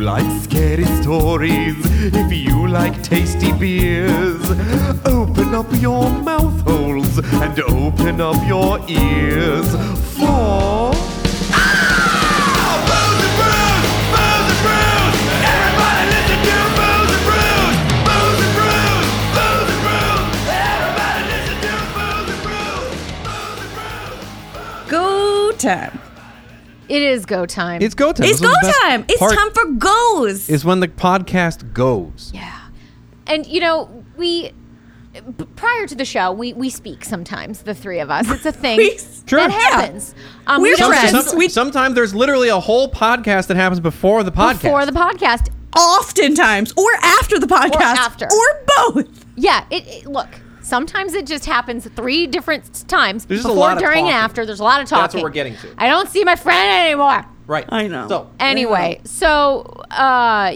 like scary stories, if you like tasty beers, open up your mouth holes and open up your ears for. Go time. It is go time. It's go time. It's This is go the best time. It's part time for goes. Is when the podcast goes. Yeah. And you know, we b- prior to the show, we we speak sometimes, the three of us. It's a thing We- Sure. that happens. Um, We're we don't friends. just- Some- we- sometimes there's literally a whole podcast that happens before the podcast. before the podcast. Oftentimes, or after the podcast, after. or both. Yeah, it, it- look. Sometimes it just happens three different s- times. There's just a before, lot of during, and talking. after. There's a lot of talking. That's what we're getting to. I don't see my friend anymore. right. I know. So Anyway, so uh,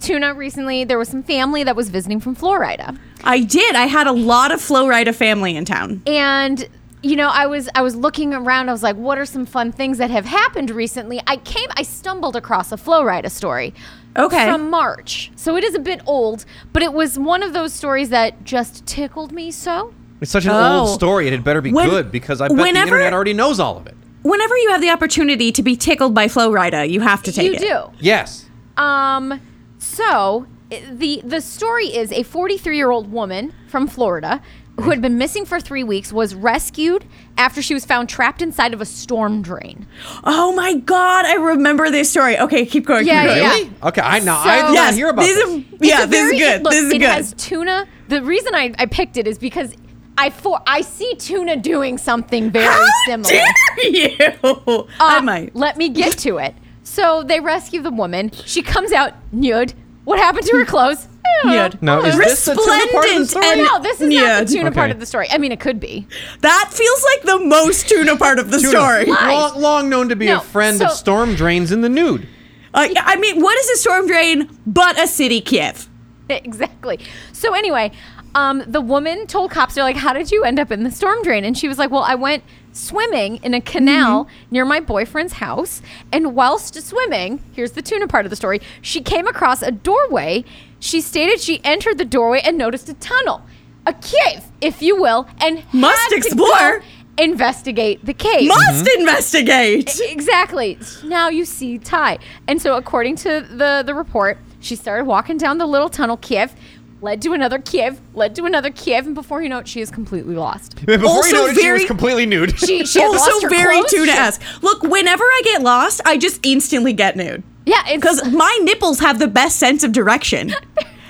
Tuna recently, there was some family that was visiting from Florida. I did. I had a lot of Flowrider family in town. and you know i was i was looking around i was like what are some fun things that have happened recently i came i stumbled across a flow rider story Okay. from march so it is a bit old but it was one of those stories that just tickled me so it's such an Oh. old story. It had better be When- good because I bet the whenever- internet already knows all of it. Whenever you have the opportunity to be tickled by Flowrider, you have to take you it. do Yes. Um, so i- the the story is a 43 year old woman from Florida who had been missing for three weeks was rescued after she was found trapped inside of a storm drain. Oh my god, I remember this story. Okay, keep going. Yeah, keep going. yeah. Really? Okay. I now I So- did Yes, not hear about these this. are- It's yeah, a this is very- good. look, this is it good. has tuna. The reason I, I picked it is because I for I see tuna doing something very How similar. dare you? I Uh, might. Let me get to it. So they rescue the woman. She comes out nude. What happened to her clothes? I don't Nude. know. No, is this the tuna part of the Resplendent story? and- no, this is not Nude. the tuna part Okay. of the story. I mean, it could be. That feels like the most tuna part of the Tuna, story. Long, long known to be No, a friend of so- storm drains in the nude. Uh, yeah, I mean, what is a storm drain but a city Kiev? exactly. So anyway, um, the woman told cops, they're like, "How did you end up in the storm drain?" And she was like, "Well, I went swimming in a canal Mm-hmm. near my boyfriend's house, and whilst swimming, here's the tuna part of the story. She came across a doorway. She stated she entered the doorway and noticed a tunnel, a cave, if you will, and Must had to explore. go investigate the cave. Must Mm-hmm. investigate. Exactly. Now you see Ty. And so, according to the the report, she started walking down the little tunnel, Kiev, led to another Kiev, led to another Kiev, and before you know it, she is completely lost. Before Also you know it, she was very- completely nude. She, she had lost also her very clothes. She- tuna-esque. Look, whenever I get lost, I just instantly get nude Yeah, it's, because my nipples have the best sense of direction.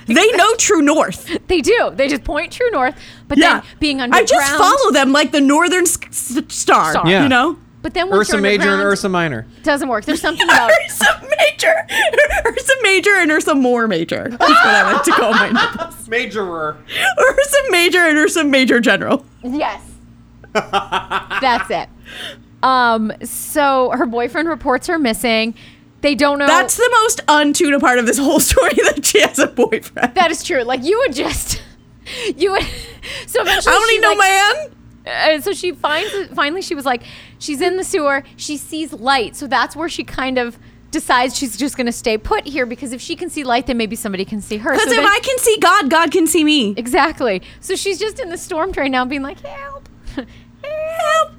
They know true north. they do. They just point true north, but then being underground. I just follow them like the northern s- s- star. Star. Yeah. You know, But then once Ursa you're Major and underground, Ursa Minor. doesn't work. There's something about Ursa Major, Ursa Major, and Ursa More Major. That's what I like to call my nipples. Majorer. Ursa Major and Ursa Major General. Yes. That's it. Um. So her boyfriend reports her missing. They don't know. That's the most untuna part of this whole story that she has a boyfriend. That is true. Like you would just, you would. So eventually, I don't she, even know like- man. Uh, so she finds finally she was like, she's in the sewer. She sees light, so that's where she kind of decides she's just going to stay put here because if she can see light, then maybe somebody can see her. Because So if then- I can see God, God can see me. exactly. So she's just in the storm train now, being like, help, help,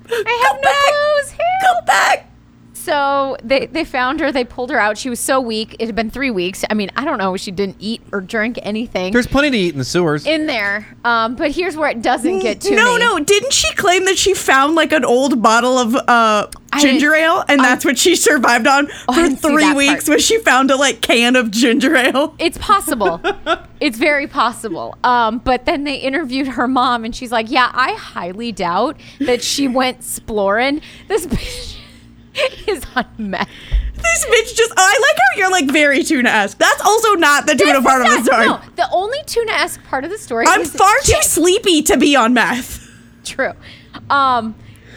I have Come no back. clothes. Help. Come back. So they, they found her. They pulled her out. She was so weak. It had been three weeks. I mean, I don't know. She didn't eat or drink anything. There's plenty to eat in the sewers. in there, um, but here's where it doesn't get to no, me. no. Didn't she claim that she found like an old bottle of uh, I ginger didn't- ale and that's what she survived on I for didn't see three that weeks? part. Was she found a like can of ginger ale? It's possible. it's very possible. Um, but then they interviewed her mom, and she's like, "Yeah, I highly doubt that she went splorin. This bitch is on meth." This bitch just. I like how you're like very tuna esque. That's also not the tuna This part is of the not- story. No, the only tuna-esque part of the story. I'm is far too sleepy to be on meth. true. Um,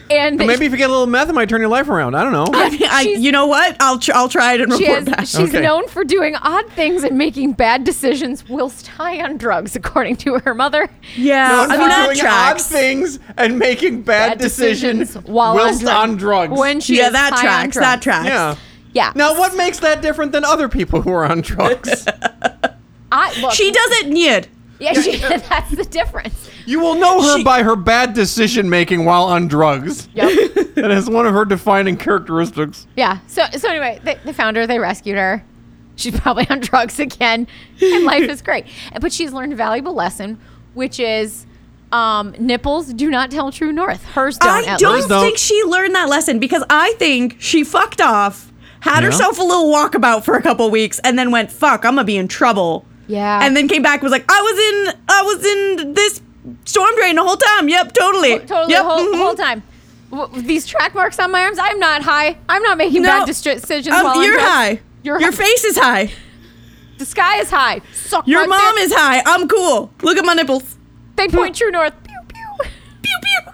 and Maybe if you get a little meth, it might turn your life around. I don't know. I, mean, I, She's- you know what? I'll tr- I'll try it and she report has, back. she's Okay. known for doing odd things and making bad decisions whilst high on drugs, according to her mother. Yeah, Known I for mean that doing tracks. odd things and making Bad bad, decisions while whilst on drugs. When she yeah, is that high on tracks. That drugs. tracks. yeah. Yeah. Now, what makes that different than other people who are on drugs? I, look, She doesn't need. Yeah, she, that's the difference. you will know her She- by her bad decision making while on drugs. Yep. That is one of her defining characteristics. Yeah. So so anyway, they, they found her. They rescued her. She's probably on drugs again, and life is great. But she's learned a valuable lesson, which is um, nipples do not tell true north. Hers don't. I at don't least don't. think she learned that lesson because I think she fucked off, had Yeah. herself a little walkabout for a couple weeks, and then went, "Fuck, I'm gonna be in trouble." Yeah. And then came back was like, "I was in, I was in this storm drain the whole time. Yep, totally, least. totally yep, the whole, mhm. whole time. W- these track marks on my arms. I'm not high. I'm not making No. bad distri- decisions. Um, while I'm you're drunk. high. You're Your high. face is high. The sky is high. Suck Your my mom dick. is high. I'm cool. Look at my nipples. They point true north. Pew pew. Pew pew."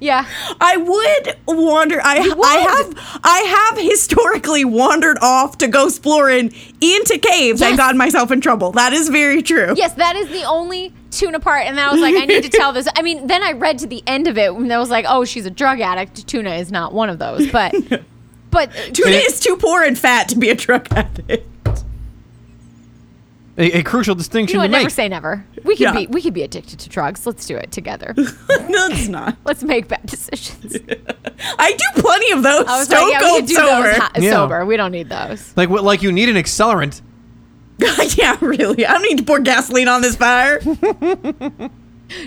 Yeah. I would wander. I, I would. have I have historically wandered off to go exploring into caves Yes. and gotten myself in trouble. That is very true. Yes, that is the only tuna part. And then I was like, I need to tell this. I mean, then I read to the end of it and I was like, oh, she's a drug addict. Tuna is not one of those. But, but Tuna is too poor and fat to be a drug addict. A, a crucial distinction you know what? to Never make. say never. We could Yeah. be we could be addicted to drugs. Let's do it together. no, it's not. Let's make bad decisions. I do plenty of those. I was Stone like, yeah, we cold could do sober. those hot, Yeah. sober. We don't need those. like what? Like you need an accelerant. yeah, really. I don't need to pour gasoline on this fire.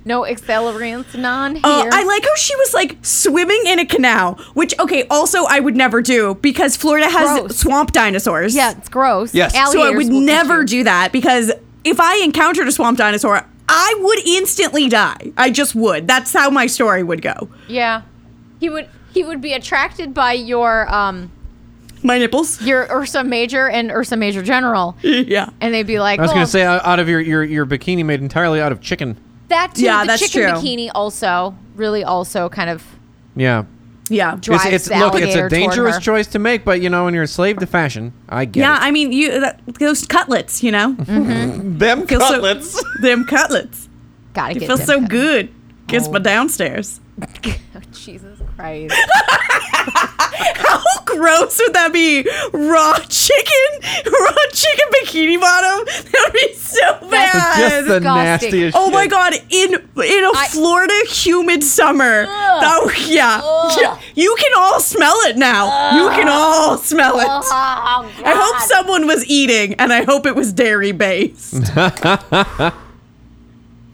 No accelerants, non here. Uh, I like how she was like swimming in a canal, which okay, also I would never do because Florida has Gross. swamp dinosaurs. yeah, it's gross. Yes. So I So I Alligators would will eat never you. do that because if I encountered a swamp dinosaur, I would instantly die. I just would. That's how my story would go. Yeah, he would. He would be attracted by your um My nipples. your Ursa Major and Ursa Major General, yeah. and they'd be like, I was oh, gonna say out out of your, your your bikini made entirely out of chicken. That too. Yeah, the that's chicken true. bikini also really also kind of Yeah. Yeah. Drives it's, the it's look, it's alligator a toward dangerous her. choice to make, but you know, when you're a slave to fashion, I get Yeah, it. I mean, you that, those cutlets, you know, Mm. them Feel so- them cutlets. gotta get Feels them so cut. good. Gets my downstairs. Oh, Jesus Christ. How gross would that be? Raw chicken, raw chicken bikini bottom. That would be so bad. Just the disgusting. nastiest. Oh my shit. god! In in a I- Florida humid summer, that w- yeah, Ugh. yeah, you can all smell it now. You can all smell it. Oh, I hope God. someone was eating, and I hope it was dairy based.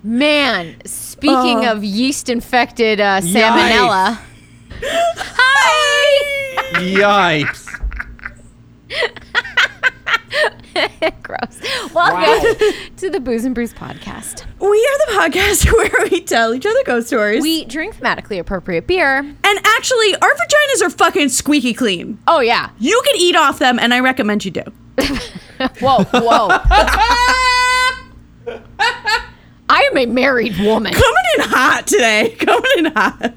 Man, speaking Oh. of yeast infected uh, salmonella. Hi! Yikes! Gross. Welcome to the Booze and Brews podcast. we are the podcast where we tell each other ghost stories, We drink thematically appropriate beer. and actually, our vaginas are fucking squeaky clean. Oh, yeah. You can eat off them, and I recommend you do. Whoa, whoa. I am a married woman. Coming in hot today. Coming in hot.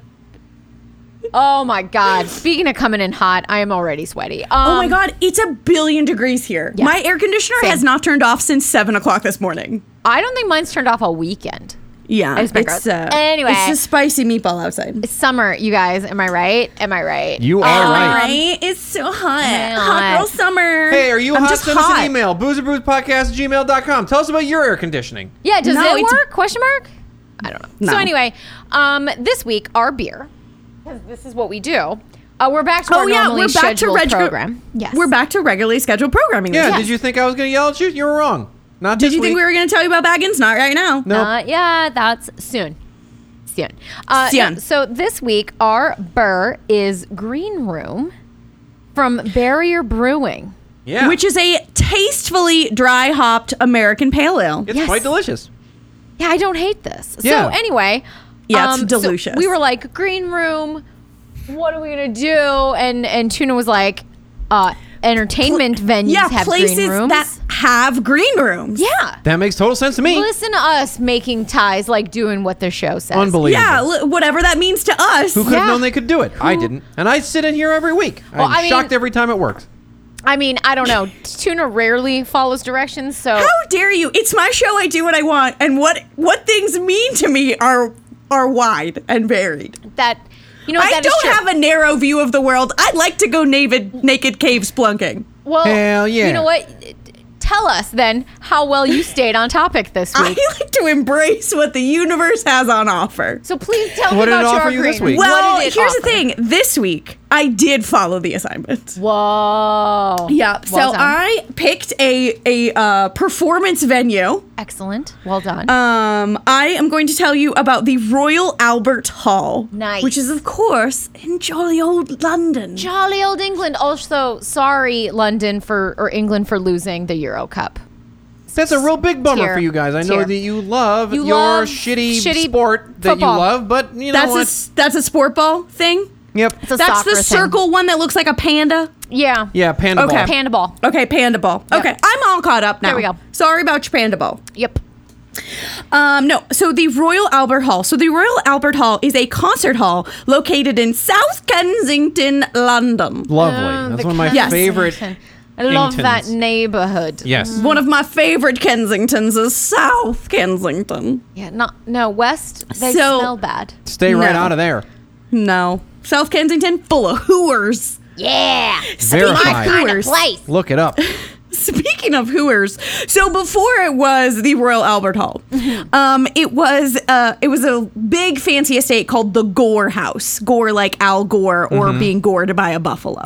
Oh my god. Speaking of coming in hot, I am already sweaty. Um, Oh my god, it's a billion degrees here. Yeah. My air conditioner Same. has not turned off since seven o'clock this morning. I don't think mine's turned off all weekend. Yeah, It's been gross. Anyway. it's just spicy meatball outside. Summer, you guys, am I right? Am I right? Um, You are right. right? It's so hot, Hot. hot girl summer. Hey, are you I'm hot? just Send us hot. an email. boozerbruisepodcast@gmail.com. Tell us about your air conditioning. Yeah, does No, it it's- work? Question mark? I don't know. No. So anyway, um, this week our beer, because this is what we do. Uh, we're back to Oh our yeah, normally we're back to scheduled regu- program. Yes, we're back to regularly scheduled programming. Yeah. Did Did you think I was gonna yell at you? You were wrong. Not you this think week. we were going to tell you about Baggins? Not right now. No. Uh, yeah, that's soon. Soon. Uh, Soon. no, so this week our burr is Green Room from Barrier Brewing. Yeah. Which is a tastefully dry hopped American pale ale. it's Yes. quite delicious. Yeah, I don't hate this. Yeah. So anyway, um, Yeah, it's so delicious. we were like, green room. What are we gonna do? And and Tuna was like, uh, entertainment venues Yeah, have places green rooms. that have green rooms. yeah. That makes total sense to me. Listen to us making ties, like doing what the show says. Unbelievable. Yeah, l- whatever that means to us. Who could have Yeah. known they could do it? I didn't. And I sit in here every week. I'm I mean- shocked every time it works. I mean, I don't know. Tuna rarely follows directions, so How dare you? It's my show. I do what I want, and what what things mean to me are are wide and varied. that You know what, I Oh, that is don't true. have a narrow view of the world. I'd like to go naked, naked cave splunking. Well, Hell yeah. You know what? Tell us then how well you stayed on topic this I week. like to embrace what the universe has on offer. so please tell What me did it about your offer you this green. week? Well, What did here's it the offer? thing. This week, I did follow the assignment. Whoa. Yep. so Well done. I picked a a uh, performance venue. excellent. Well done. Um, I am going to tell you about the Royal Albert Hall, Nice. which is of course in jolly old London. Jolly old England. Also, sorry, London for or England for losing the Euro Cup. That's a real big bummer Tear. for you guys. I know Tear. that you love You your love shitty, shitty sport that football. you love, but you know that's a what? s- that's a sport ball thing. yep. It's a That's soccer the thing. circle one that looks like a panda. Yeah. yeah, panda Okay. ball. Panda ball. Okay, panda ball. Okay, I'm all caught up now. There we go. Sorry about your panda ball. Yep. Um, no, so the Royal Albert Hall. So the Royal Albert Hall is a concert hall located in South Kensington, London. Lovely. Uh, that's the one of my Yes. favorite. Kensington. I love that Ingtons. neighborhood. Yes. One of my favorite Kensingtons is South Kensington. Yeah. Not no West. They So- smell bad. Stay right No. out of there. No, South Kensington full of hooers. Yeah. Verified. My Kind of Hooers. place. Look it up. Speaking of hooers, so before it was the Royal Albert Hall, Mm-hmm. um, it was uh, it was a big fancy estate called the Gore House. Gore like Al Gore or Mm-hmm. being gored by a buffalo.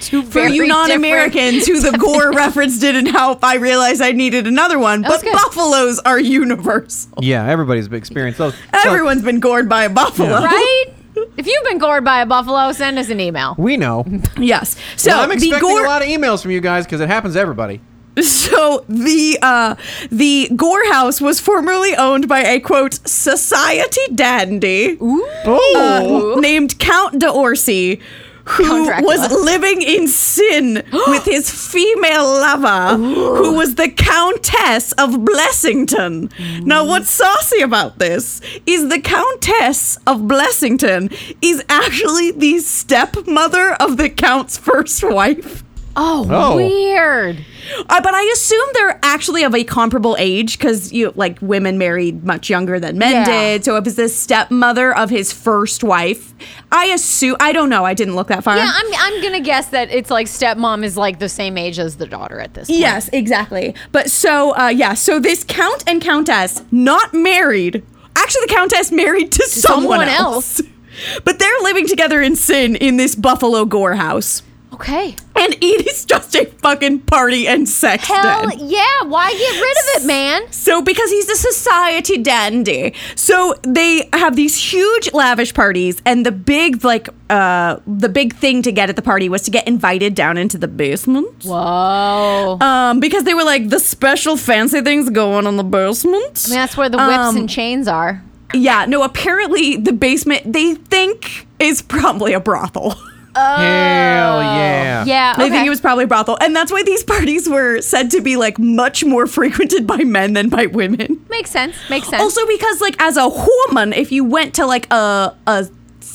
Two For you Mm-hmm. very non-Americans who the Gore reference didn't help, I realized I needed another one. That was But good. buffaloes are universal. yeah, everybody's experienced those. So, Everyone's been gored by a buffalo, Yeah. right? If you've been gored by a buffalo, send us an email. we know. Yes. So Well, I'm the expecting Gore a lot of emails from you guys because it happens to everybody. So the uh, the Gore House was formerly owned by a quote society dandy Oh, uh, named Count de Orsi, Count who Dracula. was living in sin with his female lover, who was the Countess of Blessington. Now, what's saucy about this is the Countess of Blessington is actually the stepmother of the Count's first wife. Oh, Oh. weird. Uh, but I assume they're actually of a comparable age because you like women married much younger than men Yeah. did. So it was the stepmother of his first wife. I assume I don't know. I didn't look that far. Yeah, I'm, I'm gonna guess that it's like stepmom is like the same age as the daughter at this point. yes, exactly. But so uh, yeah, so this count and countess not married. Actually, the countess married to, someone, someone else. But they're living together in sin in this Buffalo Gore house. Okay. And it is just a fucking party and sex Hell den. yeah! Why get rid of it, man? So, because he's a society dandy, so they have these huge lavish parties, and the big like uh the big thing to get at the party was to get invited down into the basement. Whoa. Um, because they were like the special fancy things go on in the basement. I mean, that's where the whips um, and chains are. yeah, no. Apparently, the basement they think is probably a brothel. Oh. hell yeah. Yeah. They think Uh, okay. it was probably a brothel, and that's why these parties were said to be like much more frequented by men than by women. makes sense. Makes sense. Also, because like as a woman, if you went to like a a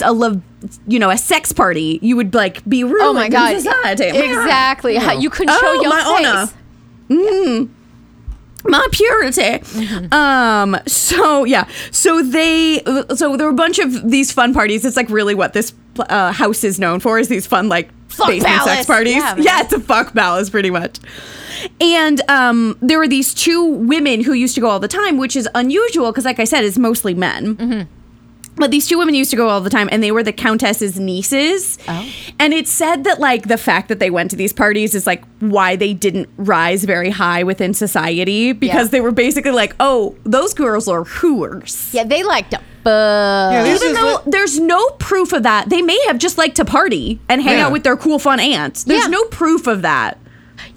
a love, you know, a sex party, you would like be ruined. oh my god. In society. Exactly. How- You couldn't show Oh, your my face. honor. Mm. my purity. Mm-hmm. Um. So yeah. So they. So there were a bunch of these fun parties. It's like really what this uh, house is known for is these fun like Fuck basement palace. sex parties. Yeah, Yeah, man. it's a fuck palace pretty much. And um, there were these two women who used to go all the time, which is unusual because, like I said, it's mostly men. But these two women used to go all the time, and they were the countess's nieces. Oh. And it's said that like the fact that they went to these parties is like why they didn't rise very high within society because Yeah. they were basically like, oh, those girls are hooers. Yeah, they like to fuck. Yeah, these Even is though like- there's no proof of that, they may have just liked to party and hang Yeah. out with their cool, fun aunts. There's Yeah. no proof of that.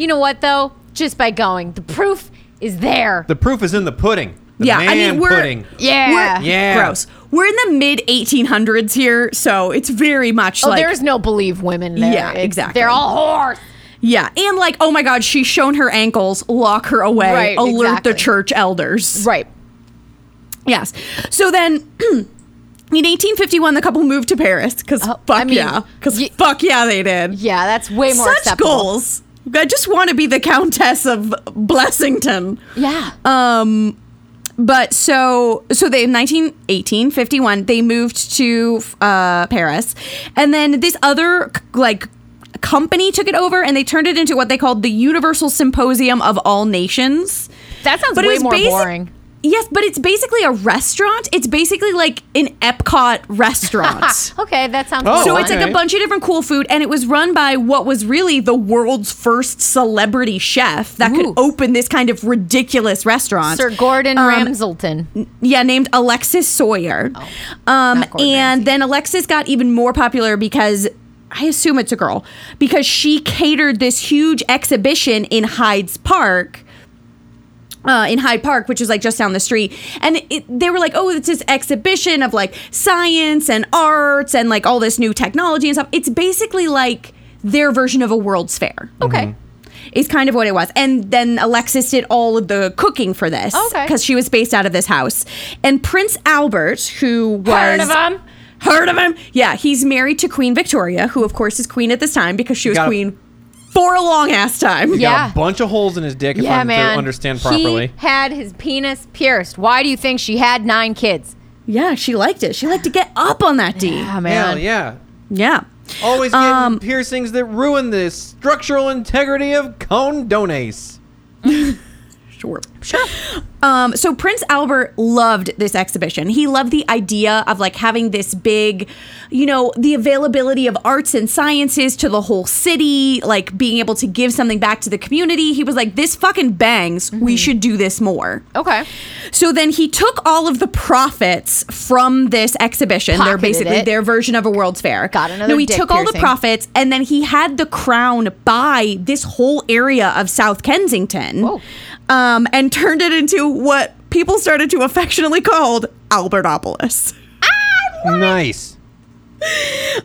You know what though? Just by going, the proof is there. The proof is in the pudding. The yeah, I man mean we're pudding. Yeah. we're- Yeah. gross. We're in the mid 1800s here, so it's very much oh, like there's no believe women there. Yeah, It's- exactly. They're all whores. Yeah, and like, oh my God, she's shown her ankles. Lock her away. Right, alert exactly. the church elders. Right. Yes. So then, in 1851, the couple moved to Paris because Oh, fuck I mean, yeah, because ye- fuck yeah, they did. Yeah, that's way more Such acceptable. goals. I just want to be the Countess of Blessington. Yeah. Um, But so so they in 1918 51 they moved to uh, Paris, and then this other c- like company took it over and they turned it into what they called the Universal Symposium of All Nations. That sounds it way was more basi- boring. Yes, but it's basically a restaurant. It's basically like an Epcot restaurant. Okay, that sounds. Oh, more So boring. it's like okay. a bunch of different cool food, and it was run by what was really the world's first celebrity chef that Ooh. could open this kind of ridiculous restaurant. Sir Gordon Um, Ramselton. yeah, named Alexis Sawyer. um, Oh, not Gordon and Ramsay. then Alexis got even more popular because I assume it's a girl because she catered this huge exhibition in Hyde's Park. Uh, in Hyde Park, which is like just down the street, and it, they were like, "Oh, it's this exhibition of like science and arts and like all this new technology and stuff." It's basically like their version of a World's Fair Okay. is kind of what it was. And then Alexis did all of the cooking for this Oh, Okay. because she was based out of this house. And Prince Albert, who was Heard of him? heard of him, yeah, he's married to Queen Victoria, who of course is queen at this time because she was Got it. queen for a long ass time. Yeah. Got a bunch of holes in his dick if Yeah, I'm man. to understand properly. He had his penis pierced. Why do you think she had nine kids? yeah, she liked it. She liked to get up on that D. Ah, Yeah. Hell yeah. Always getting Um, piercings that ruin the structural integrity of condones. Sure. Sure. Um, so Prince Albert loved this exhibition. He loved the idea of like having this big, you know, the availability of arts and sciences to the whole city, like being able to give something back to the community. He was like, this fucking bangs. We should do this more. Okay. So then he took all of the profits from this exhibition. They're Pocketed basically it. their version of a World's Fair. Got another No, he dick took all the piercing. profits and then he had the crown buy this whole area of South Kensington Whoa. um, and turned it into what people started to affectionately called Albertopolis. Nice.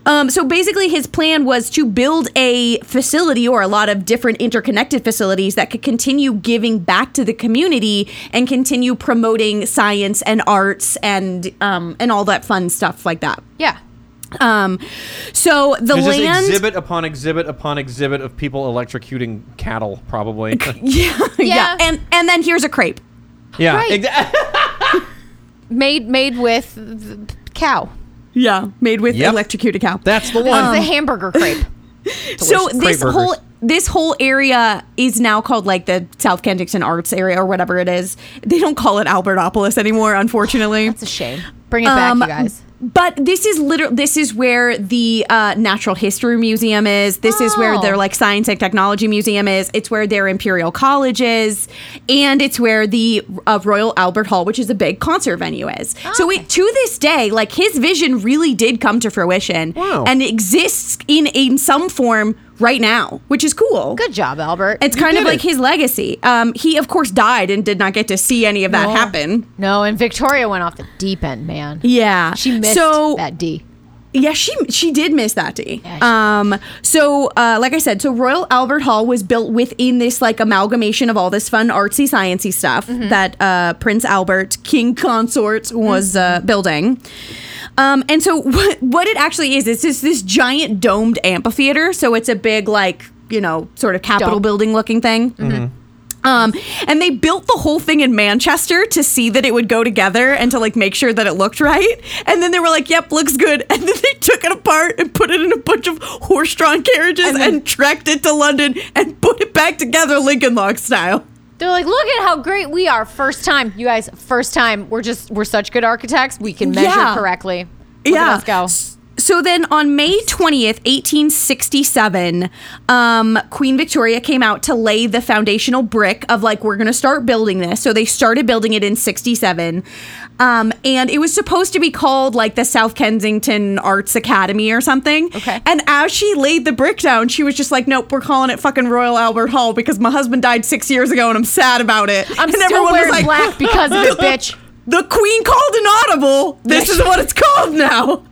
Um, so basically, his plan was to build a facility or a lot of different interconnected facilities that could continue giving back to the community and continue promoting science and arts and um, and all that fun stuff like that. Yeah. Um, so the There's land, just exhibit upon exhibit upon exhibit of people electrocuting cattle, probably. yeah, Yeah. and and then here's a crepe. yeah. Right. exa- Made made with th- cow. Yeah, made with Yep. electrocuted cow. That's the This one. Um, is the hamburger crepe. so delicious. this Great burgers. whole this whole area is now called like the South Kensington Arts area or whatever it is. They don't call it Albertopolis anymore, unfortunately. It's a shame. Bring it back, you guys. Um, But this is literally this is where the uh, Natural History Museum is. This is where Oh. their like Science and Technology Museum is. It's where their Imperial College is, and it's where the uh, Royal Albert Hall, which is a big concert venue, is. So Ah, Okay. it, to this day, like his vision really did come to fruition, Wow. and exists in in some form right now, which is cool. Good job, Albert. It's kind of did like it. his legacy. Um, he of course died and did not get to see any of that No. happen. no, and Victoria went off the deep end, man. Yeah, She missed so, that D. Yeah, she she did miss that D. Yeah, she um, so uh, like I said, so Royal Albert Hall was built within this like amalgamation of all this fun artsy sciency stuff Mm-hmm. that uh, Prince Albert, King Consort, was Mm-hmm. uh, building. Um, and so what what it actually is is this this giant domed amphitheater. So it's a big like you know sort of Capitol Dome. building looking thing. Um, and they built the whole thing in Manchester to see that it would go together and to like make sure that it looked right. And then they were like, "Yep, looks good." And then they took it apart and put it in a bunch of horse-drawn carriages and, tracked it to London and put it back together Lincoln Log style. They're like, look at how great we are. First time, you guys. First time. We're just we're such good architects. We can measure Yeah. correctly. Look yeah. At us go. S- So then on May 20th, 1867, um, Queen Victoria came out to lay the foundational brick of like, we're going to start building this. So they started building it in 67. Um, and it was supposed to be called like the South Kensington Arts Academy or something. Okay. And as she laid the brick down, she was just like, nope, we're calling it fucking Royal Albert Hall because my husband died six years ago and I'm sad about it. I'm and still everyone was wearing black because of it, bitch. The queen called an audible. This is what it's called now.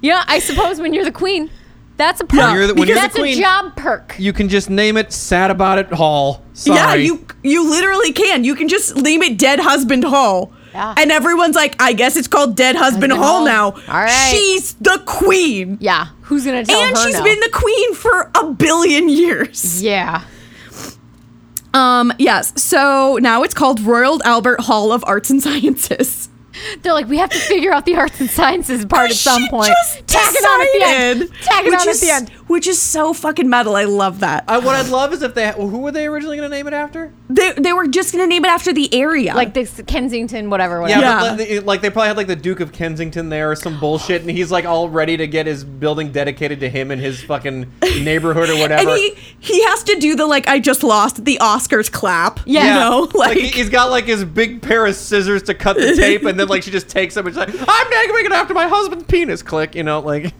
Yeah, I suppose when you're the queen, that's a perk. you're the- when you're the that's queen- a job perk. you can just name it Sad About It Hall. Sorry. Yeah, you you literally can. You can just name it Dead Husband Hall. Yeah. And everyone's like, I guess it's called Dead Husband, Husband Hall, Hall. now. All right. She's the queen. yeah, who's gonna tell and her she's no? been the queen for a billion years. yeah. Um, yes. So now it's called Royal Albert Hall of Arts and Sciences. They're like, we have to figure out the arts and sciences part at some She point. just Tack it on at the end. decided, Tack it which on is, at the end. Which is so fucking metal. I love that. I, what I'd love is if they. Who were they originally going to name it after? they, they were just going to name it after the area. Like this Kensington, whatever, whatever. Yeah, Yeah. But like, they- like they probably had like the Duke of Kensington there or some bullshit, and he's like all ready to get his building dedicated to him in his fucking neighborhood or and whatever. he, he has to do the like I just lost the Oscars clap. Yeah. You know? like, Like, he- he's got like his big pair of scissors to cut the tape, and then like she just takes them and she's like, "I'm naming it after my husband's penis." Click, you know, like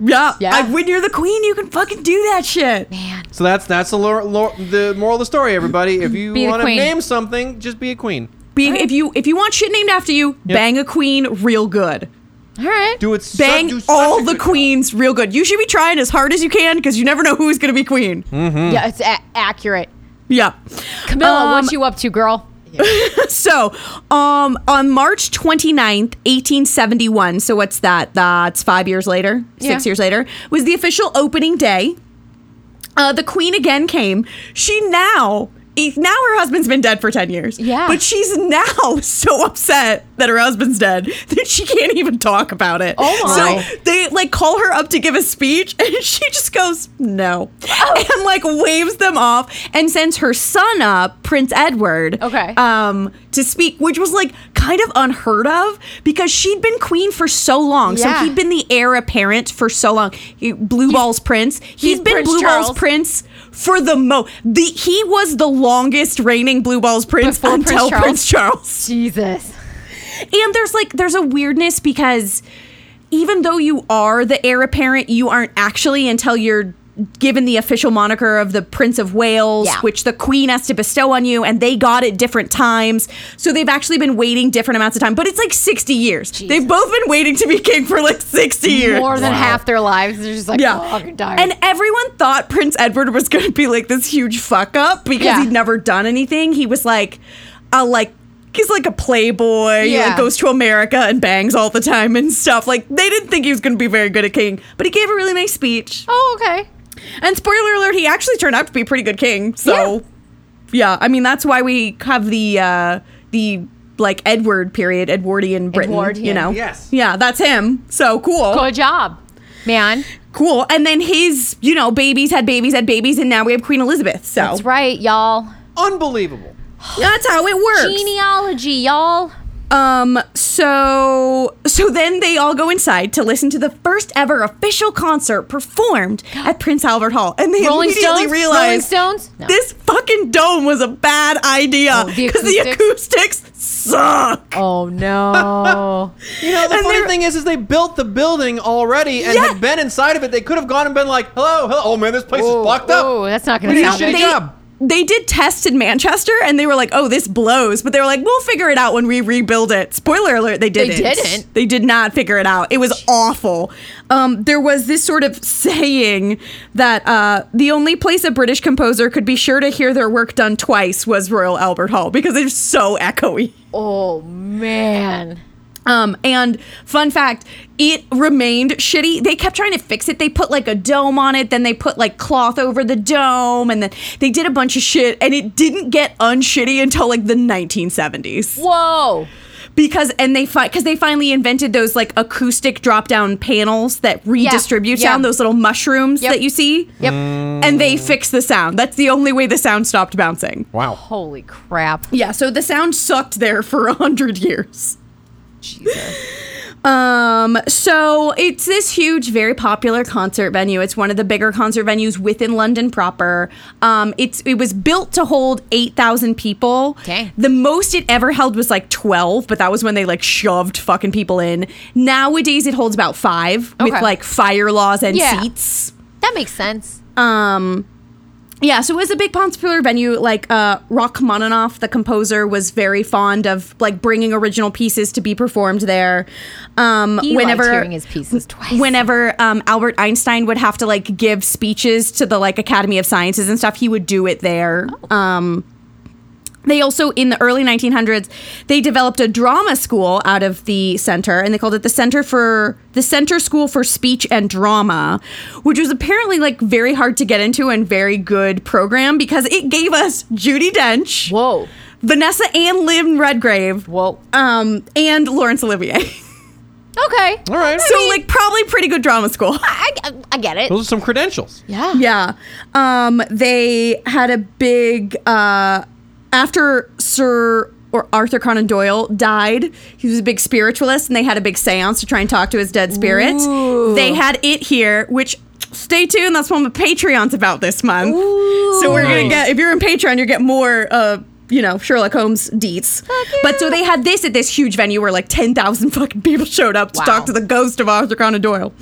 yeah. Yeah. I, when you're the queen, you can fucking do that shit. Oh, Man. so. That's that's the lor- lor- the moral of the story, everybody. If you Be the want to queen. name something, just be a queen. Being if you if you want shit named after you, bang a queen real good. All right. Do it. su- Bang do such all a the good job. queens real good. You should be trying as hard as you can because you never know who's gonna be queen. Hmm? Yeah, it's a- accurate. Yeah. Camilla, Um, what you up to, girl? So, um, on March 29th, 1871, so what's that? That's five years later, six Yeah. years later, was the official opening day. Uh, the queen again came. She now, e- now her husband's been dead for 10 years. Yeah. But she's now so upset that her husband's dead that she can't even talk about it. Oh my. So they like call her up to give a speech and she just goes, no. Oh. And like waves them off and sends her son up, Prince Edward Okay. um, to speak, which was like kind of unheard of because she'd been queen for so long. Yeah. So he'd been the heir apparent for so long. He, Blue Balls Prince. he's he's been Prince Blue Charles. Balls Prince for the mo. The he was the longest reigning Blue Balls Prince Before Prince until Charles? Prince Charles. Jesus. And there's like there's a weirdness because even though you are the heir apparent, you aren't actually until you're given the official moniker of the Prince of Wales, Yeah. which the Queen has to bestow on you, and they got it different times. So they've actually been waiting different amounts of time. But it's like 60 years. They've both been waiting to be king for like 60 years. More than half their lives. They're just like, Yeah. oh, I'm tired. And everyone thought Prince Edward was going to be like this huge fuck up because Yeah. he'd never done anything. He was like, a like, he's like a playboy. He Yeah. like goes to America and bangs all the time and stuff. Like, they didn't think he was going to be very good at king, but he gave a really nice speech. oh, okay. And spoiler alert, he actually turned out to be a pretty good king. So, yeah, I mean, that's why we have the, uh, the, like Edward period, Edwardian Britain, you Edwardian, know? yes. Yeah, that's him. So cool Good job, man. cool. And then his, you know, babies had babies had babies, and now we have Queen Elizabeth. So That's that's, right, y'all. Unbelievable. how it works. Genealogy, y'all. Um. So so then they all go inside to listen to the first ever official concert performed at Prince Albert Hall, and they Rolling immediately Stones. Rolling realize Stones. No. this fucking dome was a bad idea Oh, the because the acoustics suck. Oh no. You know, the And funny they're- thing is, is they built the building already and Yeah. had been inside of it. They could have gone and been like, "Hello, hello, oh man, this place is fucked up." Oh, that's not gonna We did a happen. shitty they, job. They did tests in Manchester and they were like, oh, this blows. But they were like, we'll figure it out when we rebuild it. Spoiler alert, they didn't. didn't. They did not figure it out. It was awful. Um, there was this sort of saying that uh, the only place a British composer could be sure to hear their work done twice was Royal Albert Hall because they're so echoey. Oh man. Um, and fun fact, it remained shitty. They kept trying to fix it. They put like a dome on it, then they put like cloth over the dome, and then they did a bunch of shit, and it didn't get unshitty until like the 1970s. Whoa. Because and they fi- cause they finally invented those like acoustic drop down panels that redistribute yeah. sound, those little mushrooms Yep. that you see. Yep. And they fixed the sound. That's the only way the sound stopped bouncing. Wow. Holy crap. Yeah, so the sound sucked there for a hundred years. Jesus. Um, so it's this huge, very popular concert venue. It's one of the bigger concert venues within London proper. Um, it's it was built to hold eight thousand people. Okay. The most it ever held was like twelve, but that was when they like shoved fucking people in. Nowadays it holds about five Okay. with like fire laws and Yeah. seats. That makes sense. Um yeah, so it was a big popular venue. Like uh, Rachmaninoff, the composer, was very fond of like bringing original pieces to be performed there. Um, He whenever liked hearing his pieces twice. whenever um, Albert Einstein would have to like give Oh. speeches to the like Academy of Sciences and stuff, he would do it there. Um, They also, in the early 1900s, they developed a drama school out of the center, and they called it the Center for the Center School for Speech and Drama, which was apparently like very hard to get into and very good program because it gave us Judy Dench, Whoa. Vanessa and Lynn Redgrave, Whoa. um, and Laurence Olivier. Okay. All right. so like probably pretty good drama school. I, I- I get it. Those are some credentials. Yeah. Yeah. Um, they had a big uh, after Sir or Arthur Conan Doyle died. He was a big spiritualist, and they had a big séance to try and talk to his dead spirits. They had it here, which. Stay tuned. That's one of the Patreons about this month. So we're gonna Nice. get if you're in Patreon, you get more, uh, you know, Sherlock Holmes deets. But so they had this at this huge venue where like ten thousand fucking people showed up to Wow. talk to the ghost of Arthur Conan Doyle.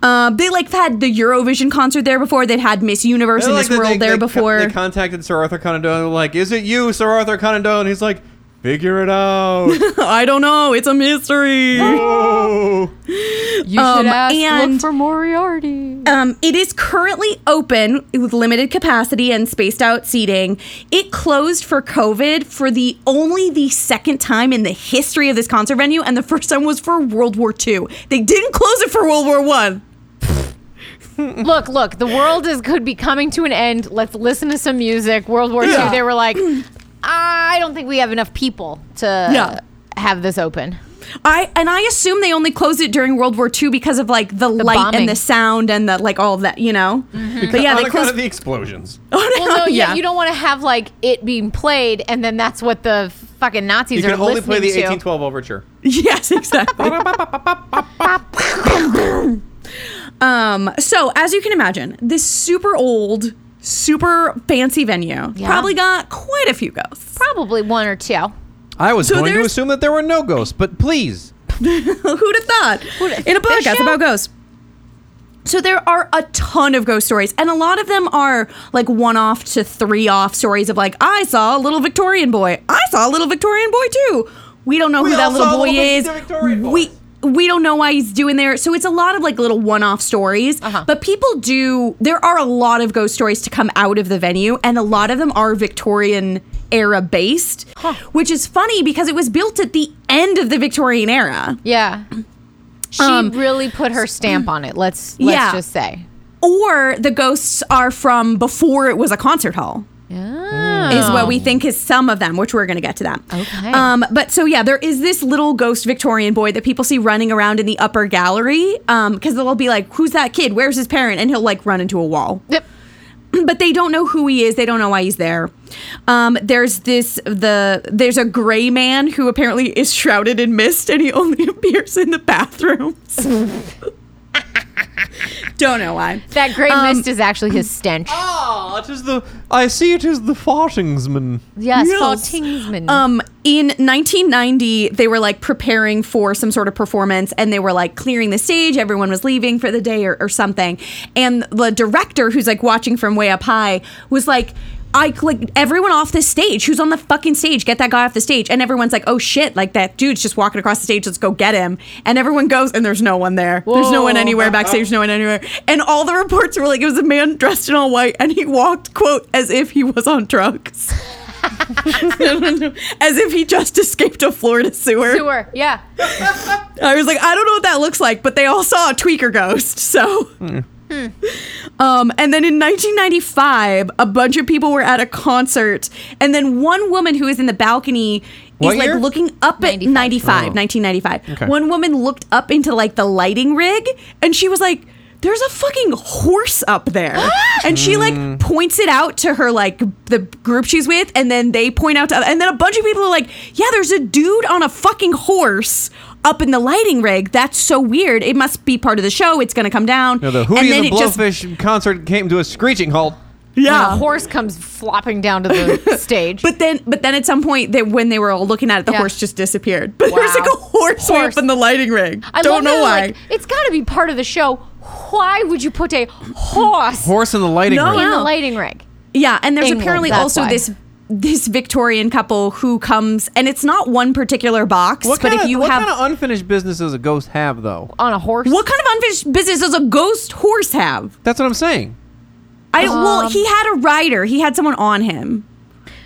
Uh, they like had the Eurovision concert there before. They'd had Miss Universe in Like, this world they, there they, before. They contacted Sir Arthur Conan Doyle. Like, is it you, Sir Arthur Conan Doyle? And he's like, figure it out. I don't know. It's a mystery. Oh. Whoa. You should Um, ask. and- look for Moriarty. Um, it is currently open with limited capacity and spaced out seating. It closed for COVID for the only the second time in the history of this concert venue, and the first time was for World War II. They didn't close it for World War One. look, look. The world is could be coming to an end. Let's listen to some music. World War Yeah. II. They were like, I don't think we have enough people to Yeah. have this open. I and I assume they only closed it during World War II because of like the, light bombing. Mm-hmm. and the sound and the like all of that, you know. But yeah, On they Oh, account closed. of the explosions. Well, no, yeah. you don't want to have like it being played, and then that's what the fucking Nazis You are can only listening play the to. 1812 overture. Yes, exactly. um, so as you can imagine, this super old, super fancy venue Yeah. probably got quite a few ghosts. Probably one or two. I was So going to there's- assume that there were no ghosts, but please. Who'd have thought? have- In a podcast Fish about out? ghosts. So there are a ton of ghost stories, and a lot of them are like one-off to three-off stories of like I saw a little Victorian boy. I saw a little Victorian boy too. We don't know We who all that little saw boy little is. Victorian boys. We we don't know why he's doing there. So it's a lot of like little one-off stories. Uh-huh. But people do. There are a lot of ghost stories to come out of the venue, and a lot of them are Victorian era based, which is funny because it was built at the end of the Victorian era. Yeah. She Um, really put her stamp on it. Let's let's Yeah. just say. or the ghosts are from before it was a concert hall Yeah. is what we think is some of them which we're going to get to that Okay. um, but so yeah there is this little ghost victorian boy that people see running around in the upper gallery because they'll be like who's that kid where's his parent and he'll like run into a wall Yep. but they don't know who he is. They don't know why he's there. Um, there's this the there's a gray man who apparently is shrouded in mist and he only appears in the bathrooms. don't know why. That great Um, mist is actually his stench. Ah, it is the. I see it is the fartingsman. yes, yes. for Tingsman. Um, in 1990, they were like preparing for some sort of performance and they were like clearing the stage. Everyone was leaving for the day or, or something. And the director, who's like watching from way up high, was like, I like everyone off the stage. Who's on the fucking stage? Get that guy off the stage. And everyone's like, oh shit, like that dude's just walking across the stage. Let's go get him. And everyone goes, and there's no one there. There's no one Whoa. anywhere backstage, no one anywhere. And all the reports were like, it was a man dressed in all white and he walked, quote, as if he was on drugs. As if he just escaped a Florida sewer. Sewer. Yeah. I was like, I don't know what that looks like, but they all saw a tweaker ghost. So. Um, and then in 1995, a bunch of people were at a concert, and then one woman who is in the balcony is What like year? looking up at 95, 95. Oh. 1995. Okay. One woman looked up into like the lighting rig, and she was like, "There's a fucking horse up there," and she Mm. like points it out to her like the group she's with, and then they point out to, and then a bunch of people are like, "Yeah, there's a dude on a fucking horse." Up in the lighting rig. That's so weird. It must be part of the show. It's going to come down. Now, the And Hootie then and the it just- Blowfish concert came to a screeching halt. When yeah. a horse comes flopping down to the stage. But then, but then at some point, that when they were all looking at it, the Yeah. horse just disappeared. But there's like a Wow. horse, way Horse. up in the lighting rig. I Don't love know that, why. like, it's got to be part of the show. Why would you put a horse Horse in the lighting No. ring. in the Yeah. lighting rig? yeah, and there's England, apparently that's also why. this this Victorian couple who comes, and it's not one particular box, What but kind if of- you what have kind of unfinished business does a ghost have, though? On a horse? what kind of unfinished business does a ghost horse have? That's what I'm saying. I well, Um, he had a rider. He had someone on him.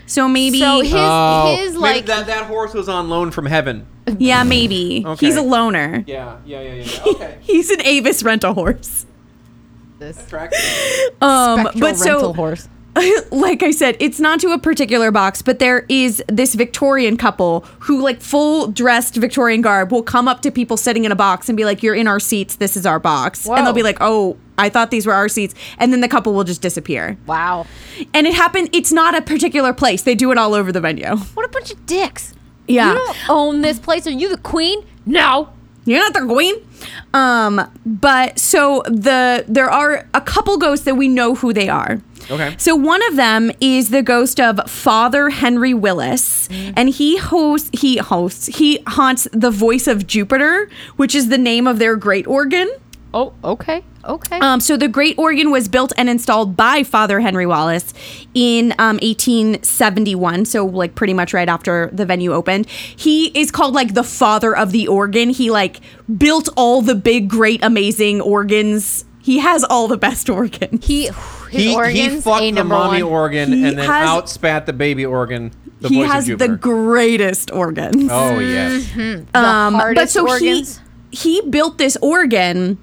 So maybe, So his Oh. his Maybe like that, that horse was on loan from heaven. yeah, maybe Okay. he's a loner. Yeah, yeah, yeah, yeah. yeah. Okay. He's an Avis rent a horse. this Track. Um, spectral but so rental horse. like I said, it's not to a particular box, but there is this Victorian couple who, like, full dressed Victorian garb, will come up to people sitting in a box and be like, You're in our seats. This is our box. And they'll Whoa. be like, Oh, I thought these were our seats. And then the couple will just disappear. Wow. And it happened, it's not a particular place. They do it all over the venue. What a bunch of dicks. Yeah. You don't own this place. Are you the queen? No. You're not the queen. Um, but so the there are a couple ghosts that we know who they are. Okay. So one of them is the ghost of Father Henry Willis, and he hosts he hosts he haunts the voice of Jupiter, which is the name of their great organ. Oh, okay. Okay. Um, so the great organ was built and installed by Father Henry Wallace in um, 1871. So like pretty much right after the venue opened. He is called like the father of the organ. He like built all the big, great, amazing organs. He has all the best organs. he his He, he organs fucked a the number mommy one. organ He and then has- outspat the baby organ. The he voice has of the Jupiter. greatest organs. oh yes. Um, but hardest so organs. he he built this organ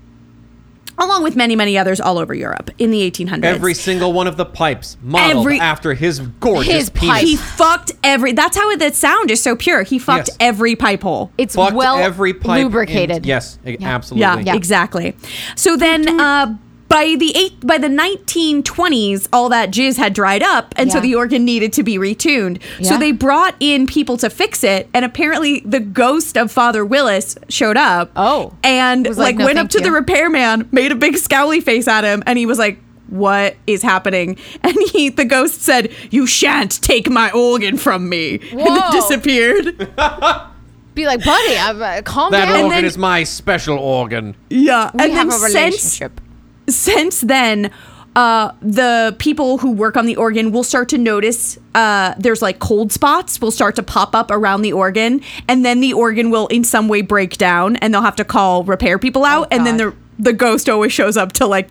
along with many many others all over Europe in the 1800s. Every single one of the pipes modeled Every- after his gorgeous His penis. pipe. He fucked every. That's how that sound is so pure. He fucked Yes. every pipe hole. It's Fucked well every pipe in- lubricated. yes, e- Yeah. absolutely. yeah, Yeah. exactly. So then, uh, by the eight, by the 1920s, all that jizz had dried up, and so Yeah. the organ needed to be retuned. So Yeah. they brought in people to fix it, and apparently the ghost of Father Willis showed up. Oh. and Was like, like, "No, went up thank to the you." repairman, made a big scowly face at him, and he was like. What is happening? And he, the ghost said, "You shan't take my organ from me," and then Whoa. disappeared. Be like, buddy, I'm, uh, calm That down. organ then- is my special organ. Yeah, we and then have a since relationship. since then, uh, the people who work on the organ will start to notice uh, there's like cold spots will start to pop up around the organ, and then the organ will in some way break down, and they'll have to call repair people out, and then the Oh, God. the ghost always shows up to like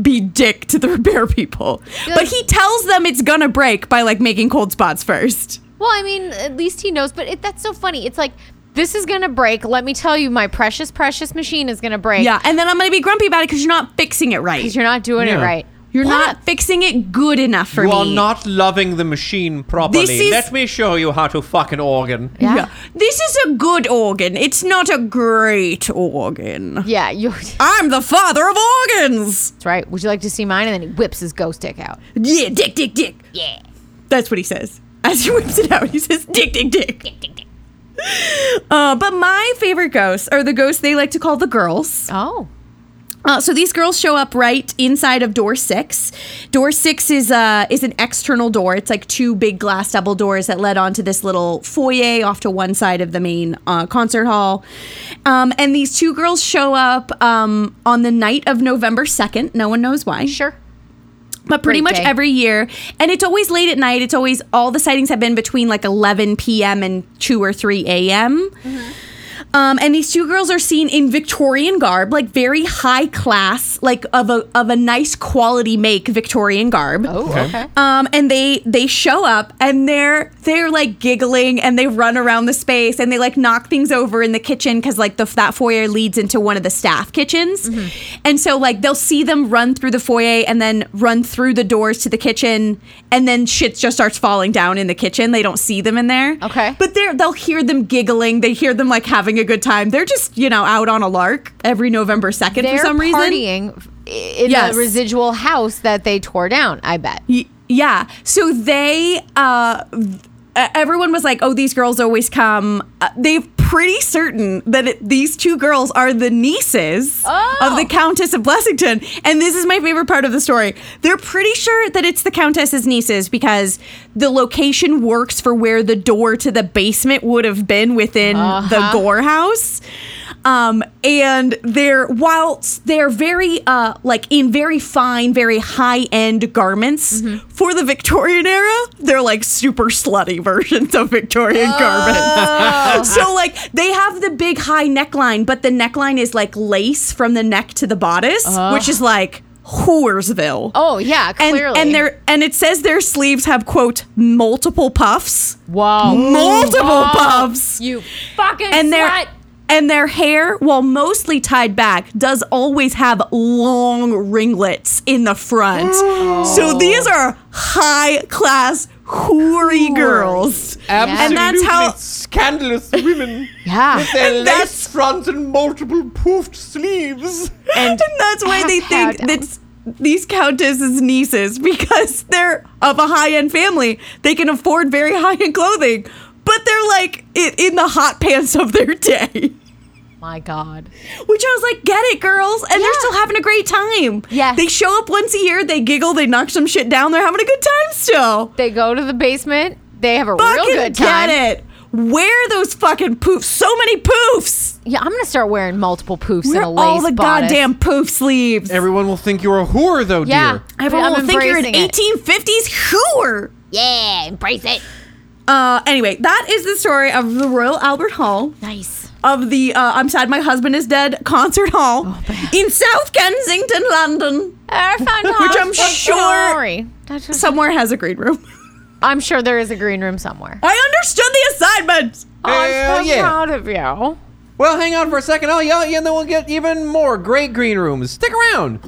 be dick to the repair people, but like- he tells them it's gonna break by like making cold spots first. Well, I mean, at least he knows. But it, that's so funny. It's like this is gonna break. Let me tell you, my precious, precious machine is gonna break. Yeah, and then I'm gonna be grumpy about it because you're not fixing it right. 'Cause you're not doing Yeah. it right. You're What not fixing it good enough for You me. are not loving the machine properly. This is- Let me show you how to fuck an organ. Yeah. This is a good organ. It's not a great organ. a- yeah, you. I'm the father of organs. That's right. Would you like to see mine? And then he whips his ghost dick out. Yeah, dick, dick, dick. Yeah. That's what he says. As he whips it out, he says, dick, dick, dick. Dick, dick, dick. Uh, but my favorite ghosts are the ghosts they like to call the girls. Oh. Uh, so these girls show up right inside of door six. Door six is uh, is an external door. It's like two big glass double doors that led onto this little foyer off to one side of the main uh, concert hall. Um, and these two girls show up um, on the night of November second. No one knows why Sure. but pretty Great much day. every year and it's always late at night it's always all the sightings have been between like 11 p.m and 2 or 3 a.m Mm-hmm. um, and these two girls are seen in victorian garb like very high class like of a of a nice quality make victorian garb Oh. Okay. Okay. um, and they they show up and they're they're like giggling and they run around the space and they like knock things over in the kitchen because like the that foyer leads into one of the staff kitchens, Mm-hmm. and so like they'll see them run through the foyer and then run through the doors to the kitchen and then shit just starts falling down in the kitchen. They don't see them in there. Okay. but they're they'll hear them giggling. They hear them like having a good time. They're just you know out on a lark every November second They're for some reason. partying f- in Yes. the residual house that they tore down. I bet. Y- yeah. So they, uh, th- everyone was like, "Oh, these girls always come." Uh, they're pretty certain that it, these two girls are the nieces of Oh. the Countess of Blessington, and this is my favorite part of the story. They're pretty sure that it's the Countess's nieces because the location works for where the door to the basement would have been within the Gore house. Um, and they're whilst they're very uh like in very fine, very high end garments Mm-hmm. for the Victorian era, they're like super slutty versions of Victorian Oh. garments. so like they have the big high neckline, but the neckline is like lace from the neck to the bodice, which is like Hoorsville. Oh yeah, and, clearly. and their and it says their sleeves have quote multiple puffs, wow, multiple puffs, You fucking and their slut. and their hair, while mostly tied back, does always have long ringlets in the front. So these are high class hoory girls. Yeah. And that's how- Absolutely scandalous women. Yeah. with their And that's- lace fronts and multiple poofed sleeves. and, that's why have they hair think down. that these countesses' nieces because they're of a high-end family they can afford very high-end clothing but they're like i- in the hot pants of their day My God. which i was like get it girls and they're Yeah. still having a great time Yes. they show up once a year they giggle they knock some shit down they're having a good time still They go to the basement. They have a real fucking good time. get it wear those fucking poofs so many poofs Yeah, I'm gonna start wearing multiple poofs wear and a lace all the bodice. goddamn poof sleeves Everyone will think you're a whore, though, Yeah. dear. everyone I'm will think you're an embracing it. 1850s hooer Yeah, embrace it. Uh, anyway, that is the story of the Royal Albert Hall, Nice. of the uh, I'm Sad My Husband Is Dead concert hall Oh, in South Kensington, London. Which I'm sure- Somewhere has a green room. I'm sure there is a green room somewhere. I understood the assignment. Hell I'm so yeah. proud of you. Well, hang on for a second. Oh, yeah, yeah, and then we'll get even more great green rooms. Stick around.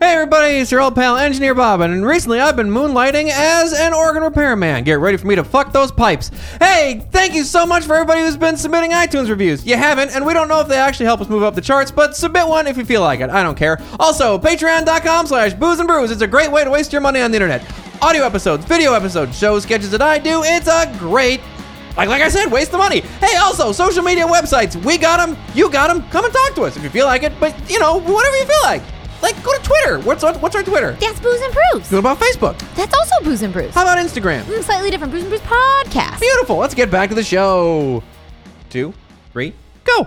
Hey, everybody, it's your old pal, Engineer Bob, and recently I've been moonlighting as an organ repairman. Get ready for me to fuck those pipes. Hey, thank you so much for everybody who's been submitting iTunes reviews. You haven't, and we don't know if they actually help us move up the charts, but submit one if you feel like it. I don't care. Also, patreon.com slash booze and brews. It's a great way to waste your money on the internet. Audio episodes, video episodes, show sketches that I do. It's a great like, like I said, waste the money. Hey, also, social media websites. We got them. You got them. Come and talk to us if you feel like it. But, you know, whatever you feel like. Like, go to Twitter. What's our, what's our Twitter? That's Booze and Brews. What about Facebook? That's also Booze and Brews. How about Instagram? Mm, Slightly different Booze and Brews podcast. Beautiful. Let's get back to the show. Two, three, go.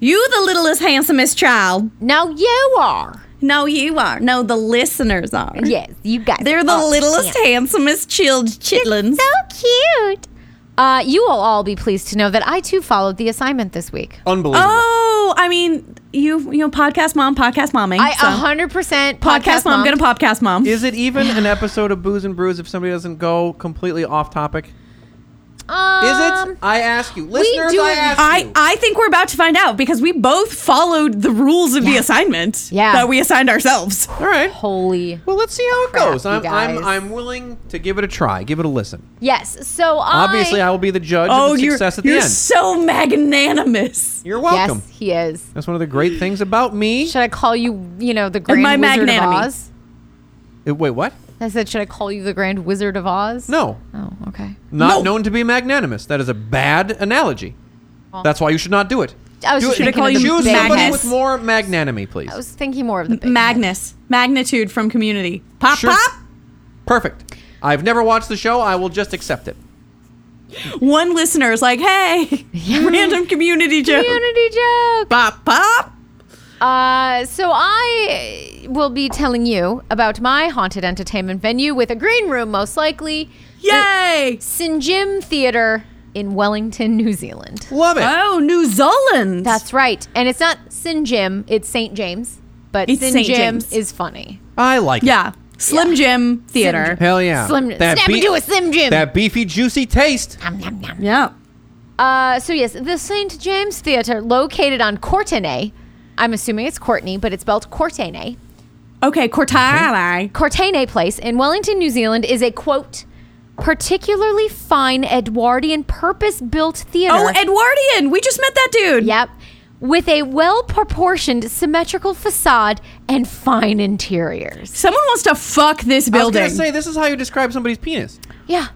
You, the littlest, handsomest child. Now you are. No, you are. No, the listeners are. Yes, you guys. They're the are. littlest, Yeah. handsomest chilled chitlins. So cute. Uh, you will all be pleased to know that I too followed the assignment this week. Unbelievable. Um. Oh, I mean, you, you know, podcast mom, podcast mommy. I uh, so. 100% podcast mom, gonna podcast mom. Is it even an episode of Booze and Brews if somebody doesn't go completely off topic? Is Um, it? I ask you. Listeners, do I it- ask I, you. I think we're about to find out because we both followed the rules of the assignment Yeah. that we assigned ourselves. All right. Holy. Well, let's see how it Crap, goes. you I'm, I'm, guys. I'm willing to give it a try, give it a listen. Yes. So I. Obviously, I will be the judge Oh, of the you're, success at the you're end. so magnanimous. You're Yes, welcome. he is. That's one of the great things about me. Should I call you, you know, the Grand my Wizard of magnanimity. Oz? Uh, Wait, what? I said, should I call you the Grand Wizard of Oz? No, Oh, okay. not No. known to be magnanimous. That is a bad analogy. That's why you should not do it. I was do just it. thinking of the Choose big somebody head. with more magnanimity, please. I was thinking more of the big Magnus. Magnitude from community. Pop, Sure. pop. Perfect. I've never watched the show. I will just accept it. One listener is like, hey, random community joke. community joke. Pop, pop. Uh, so I will be telling you about my haunted entertainment venue with a green room, most likely, Yay. St Jim Theater in Wellington, New Zealand. Love it. Oh, New Zealand. That's right, and it's not St Jim; it's St James. But It's St St. Jim James. is funny. I like it. yeah. Slim Jim Theater. Hell yeah. Slim, That snap bea- into a Slim Jim. That beefy, juicy taste. Nom, nom, nom. Yeah. Uh, so yes, the St. James Theater, located on Courtenay. I'm assuming it's Courtney, but it's spelled Courtenay. Okay, Cortana. Courtenay Place in Wellington, New Zealand, is a quote particularly fine Edwardian purpose-built theater. Oh, Edwardian. We just met that dude. yep, with a well-proportioned, symmetrical facade and fine interiors. Someone wants to fuck this I was building. gonna say this is how you describe somebody's penis. Yeah,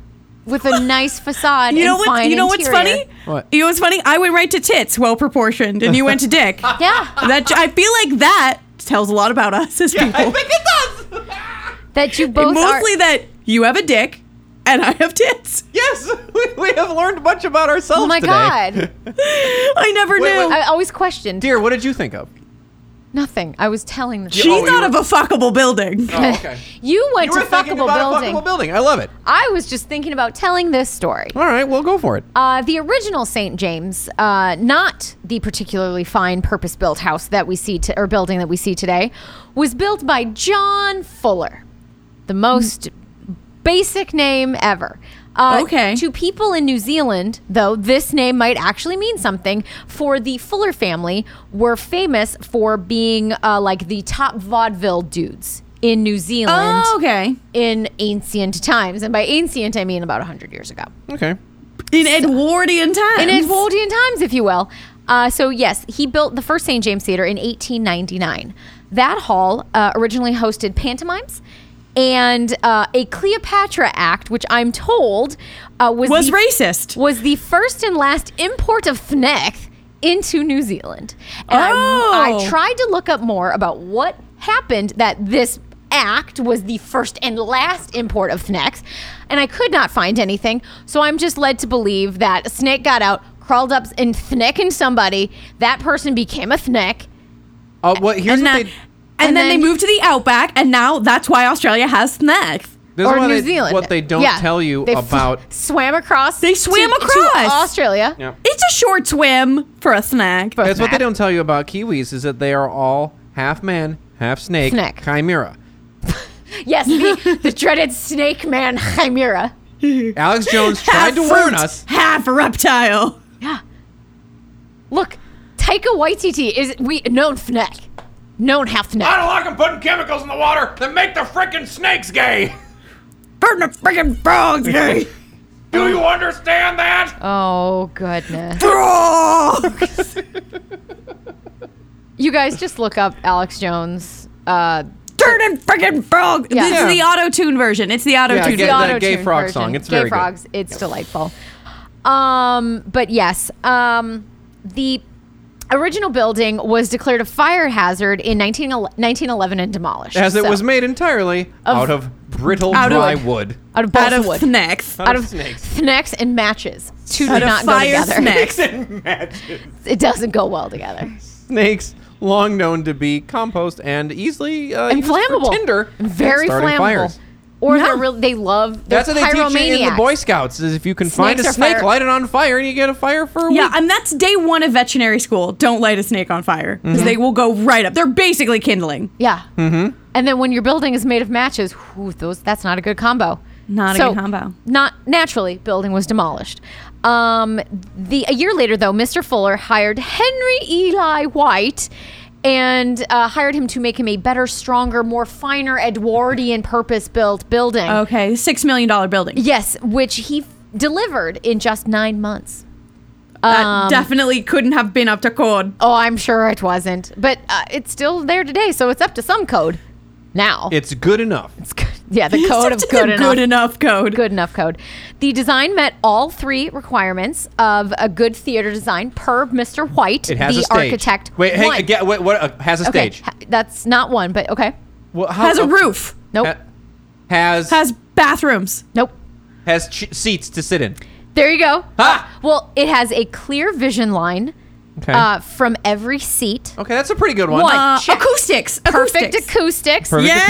with a nice facade. You know and what? Fine You know what's interior. funny? What? You know what's funny? I went right to tits, well proportioned, and you went to dick. that Yeah, I feel like that tells a lot about us as people. it does. that you both Mostly are. that you have a dick and I have tits. yes, we, we have learned much about ourselves. Oh my today. god! I never Wait, knew. wait, I always questioned. dear, what did you think of? Nothing. I was telling them. She Oh, you thought were- of a fuckable building. Oh, okay. You went You were to fuckable thinking about a building. fuckable building. I love it. I was just thinking about telling this story. All right, well, go for it. Uh, the original St. James, uh, not the particularly fine purpose built house that we see, to, or building that we see today, was built by John Fuller, the most basic name ever. Uh, Okay. To people in New Zealand, though, this name might actually mean something. For the Fuller family, were famous for being uh, like the top vaudeville dudes in New Zealand Oh, okay. in ancient times, and by ancient I mean about hundred years ago. Okay. In Edwardian times. In Edwardian times, if you will. Uh, so, yes, he built the first St. James Theater in 1899. That hall uh, originally hosted pantomimes and uh, a Cleopatra act, which I'm told uh, was, Was the- racist. was the first and last import of Fnec into New Zealand. And I- Oh. I tried to look up more about what happened that this act was the first and last import of Fnex, and I could not find anything. So I'm just led to believe that a snake got out, crawled up and thnecked somebody. That person became a Fnec. Uh, what? Here's and, what now- they. and and then, then- they moved to the outback, and now that's why Australia has snacks. This or is what New they, Zealand. What they don't Yeah. tell you They f- about. swam across. They swam to- to across. Australia. Yeah. It's a short swim for a snack. That's what they Fnac. don't tell you about Kiwis is that they are all half man, half snake, Snake. chimera. Yes, the, the dreaded snake man Chimera. Alex Jones half tried to warn fruit, us. half reptile. Yeah. Look, Taika Waititi is we known Fnac. Known half Ah! I Fnac. don't like them putting chemicals in the water that make the frickin' snakes gay. Burn the friggin' frogs, gay. Do you understand that? Oh goodness. Frog. You guys just look up Alex Jones. Uh Turning friggin' frog. Yeah. This Yeah. is the auto tune version. It's the auto Yeah, tune. get version. that gay auto-tune frog song. It's gay very good. frogs. It's delightful. Um, but yes, um, the original building was declared a fire hazard in 19, 1911 and demolished. As it So- was made entirely out of brittle Out of- dry wood. out of Out balsa of wood. snacks. out of snakes. snacks and matches. Two Out of do not fire go together. snacks. It doesn't go well together. Snakes, long known to be compost and easily uh, used for inflammable. tinder, and Very starting flammable. fires. Or Yeah. they're real they love they're That's what they teach you in the pyromaniacs. Boy Scouts. Is if you can find Snakes a are snake, fire- light it on fire, and you get a fire for a Yeah, week. and that's day one of veterinary school. Don't light a snake on fire because they will go right up. They're basically kindling. Yeah. Mm-hmm. And then when your building is made of matches, whew, those that's not a good combo. Not a So, good combo. Not naturally, building was demolished. Um, the a year later, though, Mr. Fuller hired Henry Eli White and uh, hired him to make him a better, stronger, more finer Edwardian purpose-built building. Okay, six million dollar building. Yes, which he f- delivered in just nine months. that Um, definitely couldn't have been up to code. Oh, I'm sure it wasn't, but uh, it's still there today, so it's up to some code now. It's good enough. It's good. Yeah, the code of It's good a enough. good enough code. Good enough code. The design met all three requirements of a good theater design per Mr. White, It has the a stage. architect. Wait, one. hey, again, what, what uh, has a Okay, stage? ha- that's not one, but okay. Well, how- Has a uh, roof. Nope. ha- Has has, Has bathrooms. nope. ch- seats to sit in. There you go. Ha! Well, it has a clear vision line Okay. uh, from every seat. okay, that's a pretty good one. One. Uh, Check. acoustics. Perfect acoustics. acoustics. Perfect Yeah.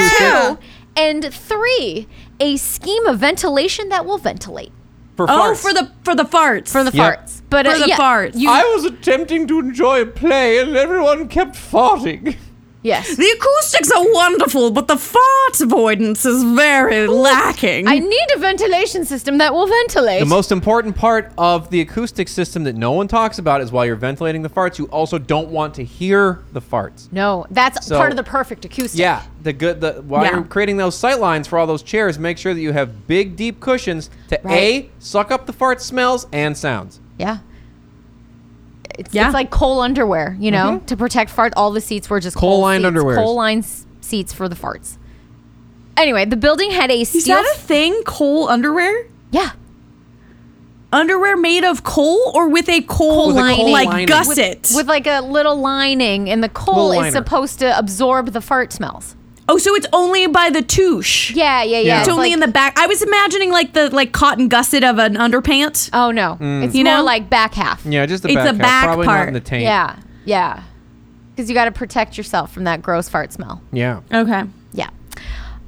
acoustic Two, and three, a scheme of ventilation that will ventilate for Oh, farts. for the for the farts. For the Yep. farts. But uh, For the farts. you- I was attempting to enjoy a play, and everyone kept farting. yes. the acoustics are wonderful, but the fart avoidance is very lacking. I need a ventilation system that will ventilate. The most important part of the acoustic system that no one talks about is while you're ventilating the farts, you also don't want to hear the farts. no, that's So- part of the perfect acoustic. Yeah, the good. The while Yeah. you're creating those sight lines for all those chairs, make sure that you have big, deep cushions to Right. a suck up the fart smells and sounds. Yeah. It's, Yeah. it's like coal underwear, you know, to protect fart. All the seats were just Coal-lined Mm-hmm. underwears. Coal lined seats for the farts. Anyway, the building had a is steel. that a thing? Coal underwear? yeah. Underwear made of coal or with a coal, With a coal like lining. gusset? With like a little lining, and the coal Little is liner. supposed to absorb the fart smells. oh, so it's only by the touche. Yeah, yeah, yeah. Yeah. It's It's only like- in the back. I was imagining like the like cotton gusset of an underpant. Oh no, it's You more know? like back half. Mm. Yeah, just the It's back, the back half, probably not in part. the taint. yeah, yeah. because you got to protect yourself from that gross fart smell. Yeah. Okay. Yeah.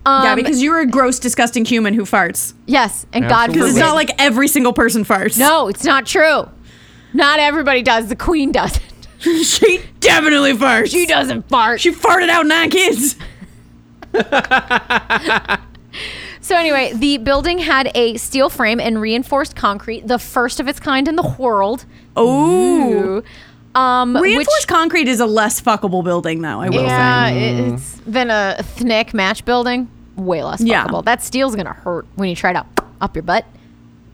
Um, yeah, because you're a gross, disgusting human who farts. yes, and God Absolutely. Because forbid. it's not like every single person farts. no, it's not true. Not everybody does. The Queen doesn't. she definitely farts. She doesn't fart. She farted out nine kids. So anyway, the building had a steel frame and reinforced concrete, the first of its kind in the world. Ooh. Um, Reinforced which, concrete is a less fuckable building, though. I will say. yeah, it- it's than a thick match building. Way less Yeah. fuckable. That steel's gonna hurt when you try to up your butt.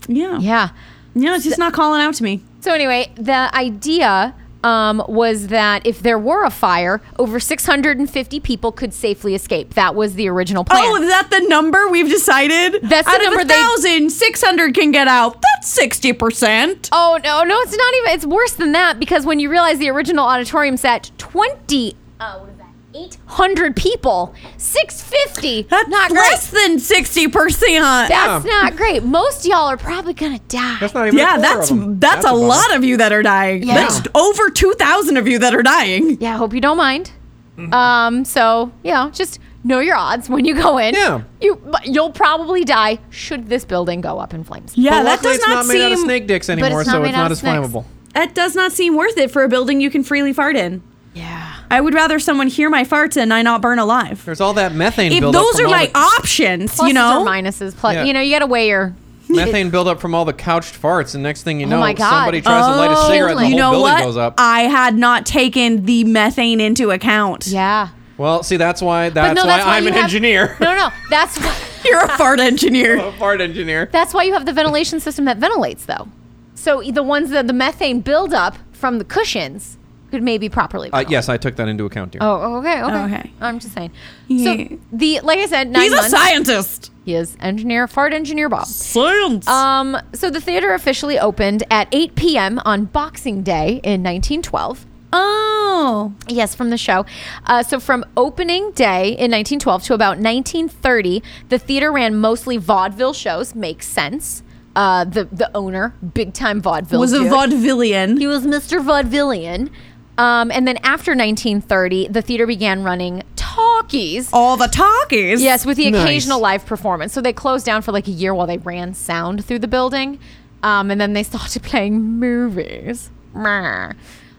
Yeah. Yeah. No, it's just not calling out to me. So anyway, the idea um, was that if there were a fire, over 650 people could safely escape. That was the original plan. Oh, is that the number we've decided? That's the out number of they- a thousand, six hundred can get out. That's sixty percent. Oh no, no, it's not even. It's worse than that because when you realize the original auditorium sat twenty, uh, what is that? Eight hundred people, six fifty. That's not great. less than sixty percent. That's Yeah. not great. Most y'all are probably gonna die. That's not even. a Yeah, quarter that's of 'em. that's, a, bummer. lot of you that are dying. Yeah. That's over two thousand of you that are dying. yeah, I hope you don't mind. Mm-hmm. Um, so yeah, just know your odds when you go in. Yeah. you but you'll probably die should this building go up in flames. Yeah, But that luckily does it's not, not made seem out of snake dicks it's anymore, not so made it's out not of as snakes. flammable. that does not seem worth it for a building you can freely fart in. Yeah. I would rather someone hear my farts and I not burn alive. There's all that methane. If buildup those from are all my the- options, Pluses you know, or minuses. Plus, Yeah. you know, you gotta weigh your. methane buildup from all the couched farts, and next thing you know, Oh my God. somebody tries to light a Oh, cigarette, and the you Uh, whole know building what? goes up. I had not taken the methane into account. Yeah. well, see, that's why But that's, no, why, that's why I'm you an have- engineer, No, no, that's why. You're a fart engineer. a fart engineer. That's why you have the ventilation system that ventilates, though. So e, the ones that the methane buildup from the cushions could maybe properly. Uh, ventilate. yes, I took that into account here. Oh, okay, okay. Okay. I'm just saying. Yeah. So the like I said, nine He's a months. scientist. he is engineer, fart engineer Bob. Science. Um, so the theater officially opened at 8 p.m. on Boxing Day in 1912. oh. Yes, from the show. Uh, so from opening day in 1912 to about 1930, the theater ran mostly vaudeville shows. Makes sense. Uh, the the owner, big time vaudeville, Was a dude. vaudevillian. He was Mr. Vaudevillian. Um, and then after 1930, the theater began running talkies. All the talkies. Yes, with the Nice. occasional live performance. So they closed down for like a year while they ran sound through the building. Um, and then they started playing movies. Meh.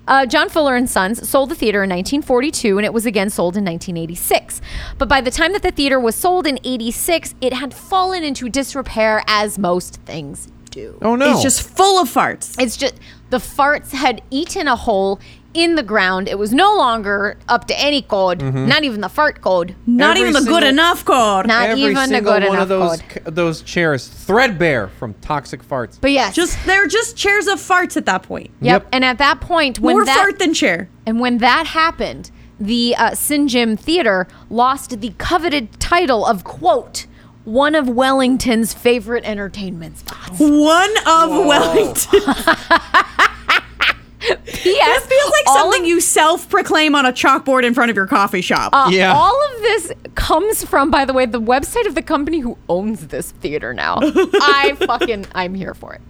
Uh, John Fuller and Sons sold the theater in 1942 and it was again sold in 1986. But by the time that the theater was sold in 86, it had fallen into disrepair as most things do. Oh no! It's just full of farts. It's just the farts had eaten a hole in the ground. It was no longer up to any code, not even the fart code. Not Mm-hmm. Every even the good single- enough code. Not every even a single good one enough of those code. c- those chairs threadbare from toxic farts. But yes, Just they're just chairs of farts at that point. Yep. Yep. And at that point, when More that fart than chair. and when that happened, the uh, Sin Jim Theater lost the coveted title of quote one of Wellington's favorite entertainment spots. One of Wellington. Yes, It feels like all something of- you self-proclaim on a chalkboard in front of your coffee shop. uh, Yeah. All of this comes from, by the way, the website of the company who owns this theater now. I fucking I'm here for it.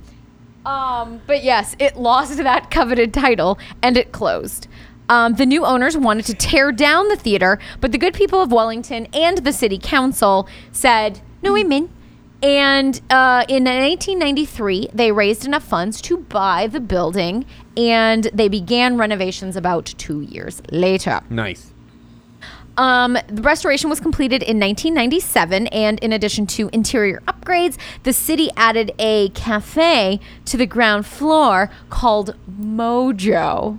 Um, but yes, it lost that coveted title and it closed. Um, the new owners wanted to tear down the theater, but the good people of Wellington and the city council said, no, we mean. And uh, in 1993, they raised enough funds to buy the building and they began renovations about two years later. nice. Um, the restoration was completed in 1997, and in addition to interior upgrades, the city added a cafe to the ground floor called Mojo.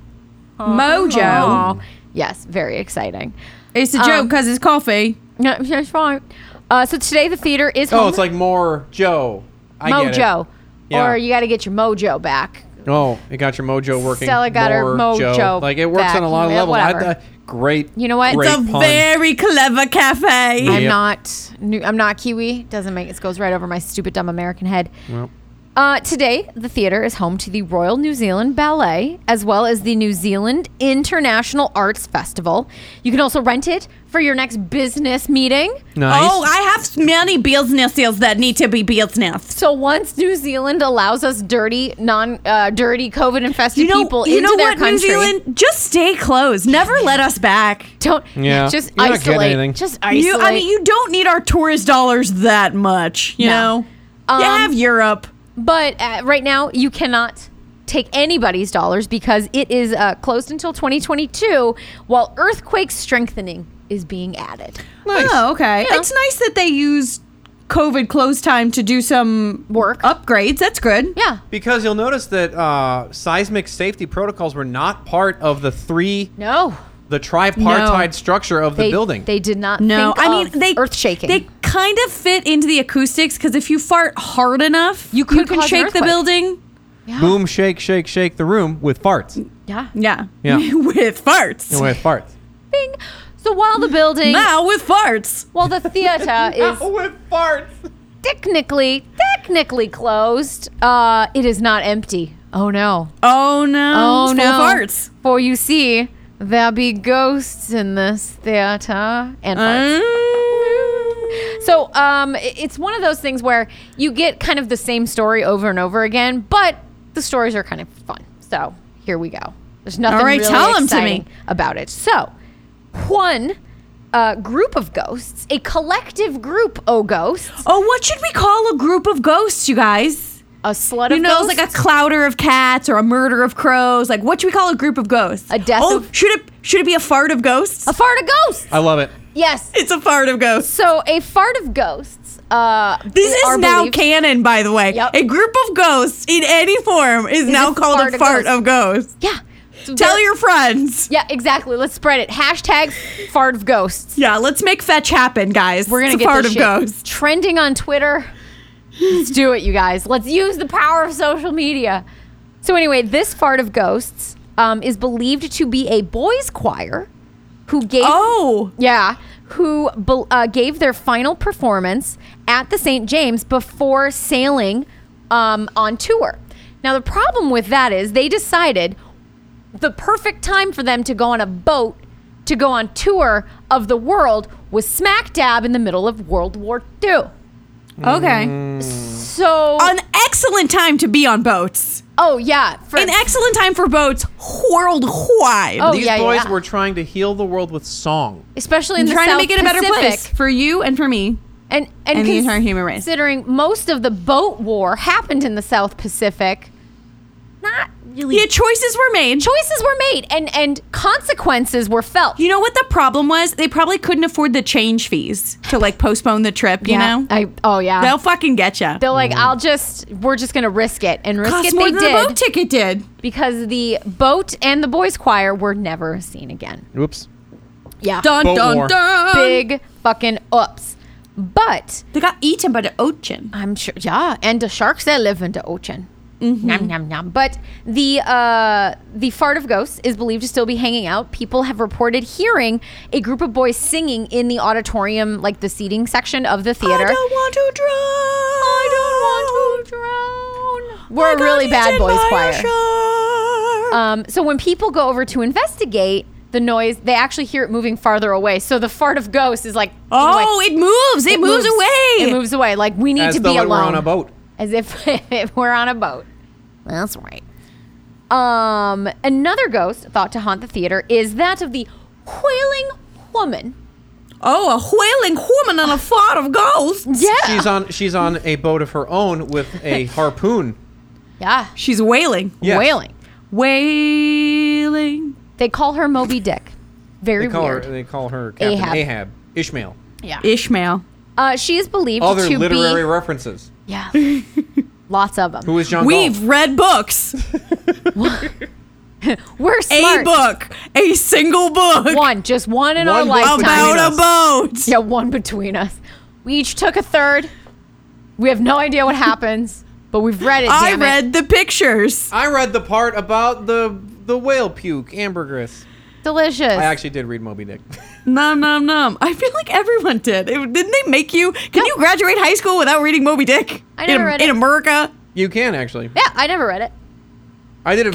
Uh-huh. Mojo. Aw. Yes, very exciting. It's a joke joke because it's coffee. No, yes, right. Uh, so today the theater is Oh, home- it's like more Joe. I get it. Mojo, Yeah. or you got to get your Mojo back. Oh, it got your mojo working. Stella got her More mojo Joe. Like it works back. on a lot of Yeah, levels. I- whatever. I- great. You know what? Great It's a pun. very clever cafe. I'm Yep. not. New, I'm not Kiwi. Doesn't make it goes right over my stupid dumb American head. Well, Uh, today, the theater is home to the Royal New Zealand Ballet as well as the New Zealand International Arts Festival. You can also rent it for your next business meeting. Nice. Oh, I have many businesses that need to be business. So once New Zealand allows us dirty, non uh, dirty COVID infested You know, people you into know their what, country, New Zealand? Just stay closed. Never let us back. don't Yeah. just You're not getting isolate. anything. Just isolate. You, I mean, you don't need our tourist dollars that much. You No. know, you Um, have Europe. But uh, right now, you cannot take anybody's dollars because it is uh, closed until 2022 while earthquake strengthening is being added. nice. Oh, okay. Yeah. It's nice that they used COVID close time to do some Work. upgrades. That's good. Yeah. Because you'll notice that uh, seismic safety protocols were not part of the three, No. the tripartite structure of the They, building. They did not. No, think I mean of they earth shaking. They kind of fit into the acoustics because if you fart hard enough, You could can cause an shake the earthquake. building. Boom, shake, shake, shake the room with farts. yeah. Yeah, Yeah. with farts. with farts. Bing. So while the building, Now with farts. while the theater is with farts. technically technically closed, uh, it is not empty. Oh no. Oh no! Oh It's no. full of farts. For you see, there be ghosts in this theater and farts. Mm. So um, i- it's one of those things where you get kind of the same story over and over again, but the stories are kind of fun. So here we go. There's nothing All right, really tell 'em to me. exciting about it. So one uh, group of ghosts, a collective group, oh ghosts, Oh, what should we call a group of ghosts, you guys? a slut of You know, it's ghosts, like a clouder of cats or a murder of crows. Like, what should we call a group of ghosts? A death Oh, of- should it should it be a fart of ghosts? a fart of ghosts. Uh, I love it. yes. it's a fart of ghosts. So a fart of ghosts. Uh, This is are now believed- canon, by the way. Yep. A group of ghosts in any form is, now a called fart a of fart ghosts. of ghosts. Yeah. So Tell there- your friends. Yeah, exactly. Let's spread it. Hashtag fart of ghosts. Yeah, let's make fetch happen, guys. We're gonna it's get a fart this of shit ghosts. trending on Twitter. Let's do it, you guys. Let's use the power of social media. So anyway, this fart of ghosts um, is believed to be a boys' choir who gave Oh, yeah who bel- uh, gave their final performance at the St. James before sailing um, on tour. Now the problem with that is they decided the perfect time for them to go on a boat to go on tour of the world was smack dab in the middle of World War II. okay. So, Mm. An excellent time to be on boats. oh yeah, for, An excellent time for boats worldwide. Oh, These yeah, boys yeah. were trying to heal the world with song. especially in I'm the trying South to make it a better Pacific. place for you and for me. and and, And the entire human race. Considering most of the boat war happened in the South Pacific, not really. Yeah, choices were made. Choices were made, and and consequences were felt. you know what the problem was? They probably couldn't afford the change fees to like postpone the trip. You Yeah, know, I oh yeah. they'll fucking get you. They're like, I'll just, we're just gonna risk it, and risk Cost it more they than did the boat ticket did. because the boat and the boys' choir were never seen again. Oops. Yeah, Dun Boat dun war. dun. big fucking ups. But They got eaten by the ocean. I'm sure, yeah, and the sharks that live in the ocean. Mm-hmm. Nom nom nom. But the uh, the fart of ghosts is believed to still be hanging out. People have reported hearing a group of boys singing in the auditorium, like the seating section of the theater. Oh, I don't want to drown. I want to drown. Oh. We're a really bad boys choir. Um, so when people go over to investigate the noise, they actually hear it moving farther away. So the fart of ghosts is like, oh, like, it moves. It, moves, away. It moves away. Like we need As to though be it alone. were on a boat. As if, if we're on a boat. That's right. Um, another ghost thought to haunt the theater is that of the wailing woman. Oh, a wailing woman and a fart of ghosts. Yeah. She's on. She's on a boat of her own with a harpoon. yeah. She's wailing. Yes. Wailing. Wailing. They call her Moby Dick. Very They call weird. her. They call her Captain Ahab. Ahab. Ishmael. yeah. Ishmael. Uh, she is believed Other to literary be. references. yeah. Lots of them. Who is John? We've Galt? read books. We're smart. A book. A single book. One, just one in our One book lifetime. between About a us. boat. Yeah, one between us. We each took a third. We have no idea what happens, but we've read it. I damn it. read the pictures. I read the part about the the whale puke ambergris. delicious. I actually did read Moby Dick. Nom nom nom. I feel like everyone did. It- didn't they make you? Can you graduate high school without reading Moby Dick? I never in, read in it. America. You can actually. Yeah, I never read it. I did it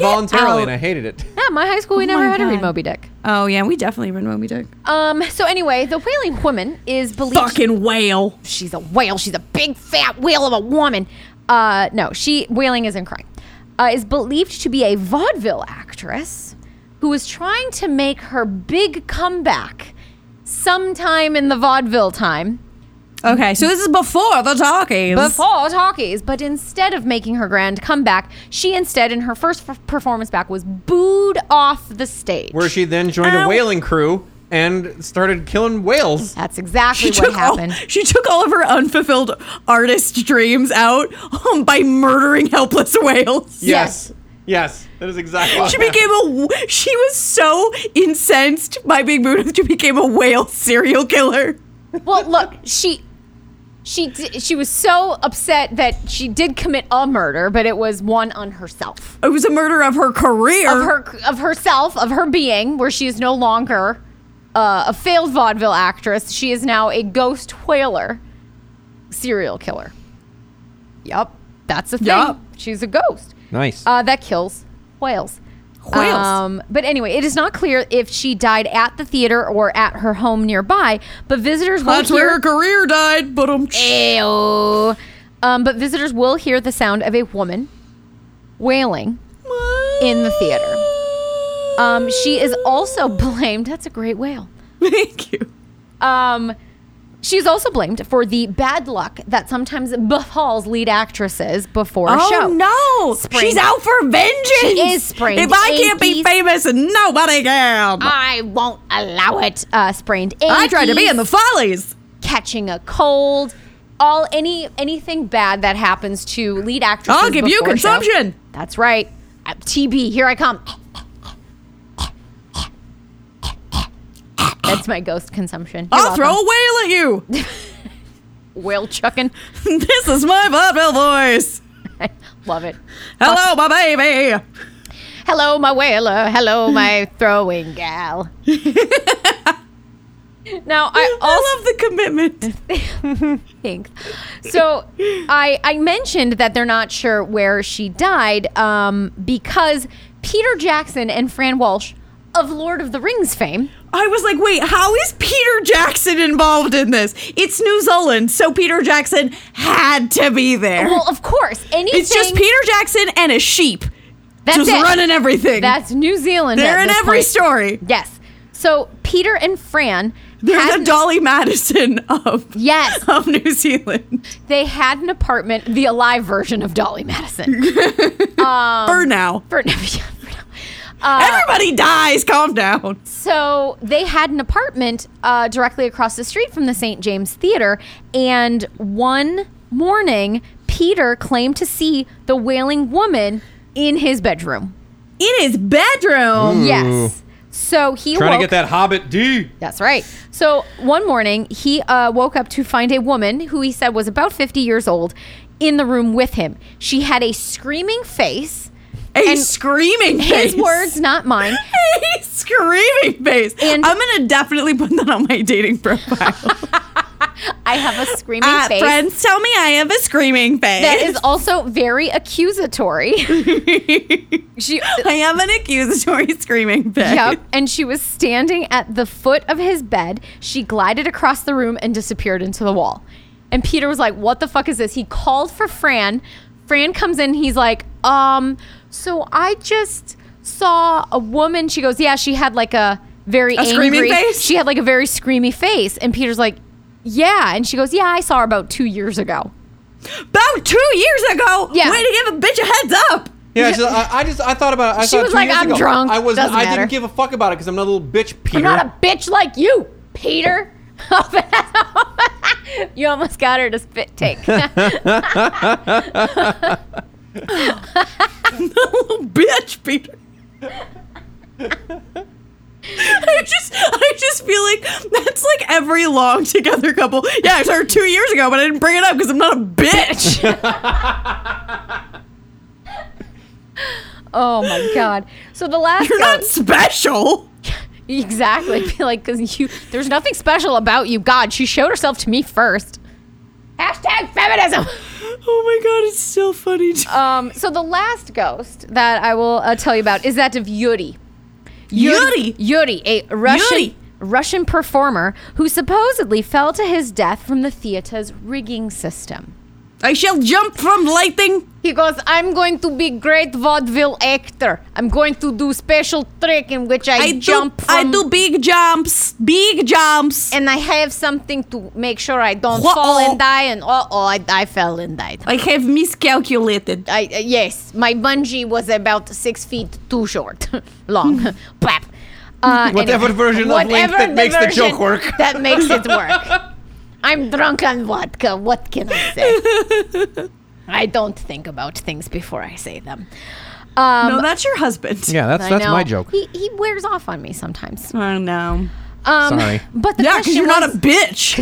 out. voluntarily and I hated it. Yeah, my high school we never Oh my had to read God. Moby Dick. Oh yeah, we definitely read Moby Dick. Um. So anyway, the whaling woman is believed. Fucking whale. she's a whale. She's a big fat whale of a woman. Uh, no, she whaling isn't crying. Uh, is believed to be a vaudeville actress who was trying to make her big comeback sometime in the vaudeville time Okay, so this is before the talkies. before talkies. But instead of making her grand comeback, she instead, in her first f- performance back, was booed off the stage. Where she then joined a Ow. whaling crew and started killing whales. That's exactly she what took all- happened. she took all of her unfulfilled artist dreams out um, by murdering helpless whales. Yes. Yes. That is exactly what She happened. became a. w- She was so incensed by being booed. She became a whale serial killer. Well, look, she she di- she was so upset that she did commit a murder, but it was one on herself, It was a murder of her career. of her of herself, of her being, where she is no longer uh, a failed vaudeville actress. She is now a ghost whaler, serial killer. Yup, that's a thing. Yup. She's a ghost. Nice. Uh, that kills whales. Whales. Um, but anyway, it is not clear if she died at the theater or at her home nearby. But visitors will That's where hear- her career died. But um, Eh. Ew. Um, but visitors will hear the sound of a woman wailing in the theater. Um, she is also blamed. That's a great wail. thank you. Um, she's also blamed for the bad luck that sometimes befalls lead actresses before a show. Oh no! Sprained- She's out for vengeance. She is sprained If I can't be Yankees. famous, nobody can. I won't allow it. Uh, sprained. I tried to be ankies. in the Follies. catching a cold, all any anything bad that happens to lead actresses. I'll give you before a show. consumption. That's right. Uh, TB, here I come. That's my ghost consumption. You're I'll throw welcome. a whale at you. whale chucking. this is my vaudeville voice. Love it. Hello, my baby. Hello, my whaler. Hello, my throwing gal. now I also I love the commitment. Thanks. So I I mentioned that they're not sure where she died um, because Peter Jackson and Fran Walsh of Lord of the Rings fame. I was like, wait, how is Peter Jackson involved in this? It's New Zealand, so Peter Jackson had to be there. Well, of course, anything. it's just Peter Jackson and a sheep that's just it. running everything. That's New Zealand. They're at in this every point. story. Yes. So Peter and Fran. They're had- the Dolly Madison of Yes. of New Zealand. They had an apartment, the alive version of Dolly Madison. Um, Burn now. For- yeah, for now. Uh, Everybody dies. Calm down. So they had an apartment uh, directly across the street from the St. James Theater, and one morning, Peter claimed to see the wailing woman in his bedroom. In his Mm. bedroom. Yes. So he Trying woke- to Hmm. get that Hobbit D. That's right. So one morning, he uh, woke up to find a woman who he said was about 50 years old in the room with him. She had a screaming face. A And screaming face. His words, not mine. A screaming face. And- I'm gonna definitely put that on my dating profile. I have a screaming Uh, face. friends tell me I have a screaming face. That is also very accusatory. she I have an accusatory screaming face. Yep, and she was standing at the foot of his bed. She glided across the room and disappeared into the wall. And Peter was like, "What the fuck is this?" He called for Fran. Fran comes in. He's like, "Um, so I just saw a woman." She goes, "Yeah, she had like a very A angry screaming face? She had like a very screamy face." And Peter's like, "Yeah," and she goes, "Yeah, I saw her about two years ago." About two years ago. Yeah. Way to give a bitch a heads up. Yeah, she's- I, I just I thought about it. I She saw it was two like, years "I'm ago. drunk. I was Doesn't I matter." didn't give a fuck about it because I'm not a little bitch, Peter. I'm not a bitch like you, Peter. you almost got her to spit take. little bitch, Peter. I just, I just feel like that's like every long together couple. Yeah, I started two years ago, but I didn't bring it up because I'm not a bitch. Oh my god! So the last You're not ghost, special. exactly like because you, there's nothing special about you. God, she showed herself to me first. Hashtag feminism. Oh my god, it's still funny. to- Um, so the last ghost that I will uh, tell you about is that of Yuri. Yuri! Yuri, a Russian Yuri! Russian performer who supposedly fell to his death from the theater's rigging system. I shall jump from lightning. He goes, "I'm going to be great vaudeville actor. I'm going to do special trick in which I, I jump do. from I do big jumps. Big jumps. and I have something to make sure I don't Wha- fall oh. and die. And oh, oh, I, I fell and died. I have miscalculated. I uh, yes, my bungee was about six feet too short, long. Plap. Uh, Hmm. Whatever version of length whatever that makes the version joke work. That makes it work. I'm drunk on vodka. What can I say? I don't think about things before I say them. Um, no, that's your husband. Yeah, that's I that's know. my joke. He, he wears off on me sometimes. Oh no. Um, Sorry. But the Yeah, question because you're was- not a bitch.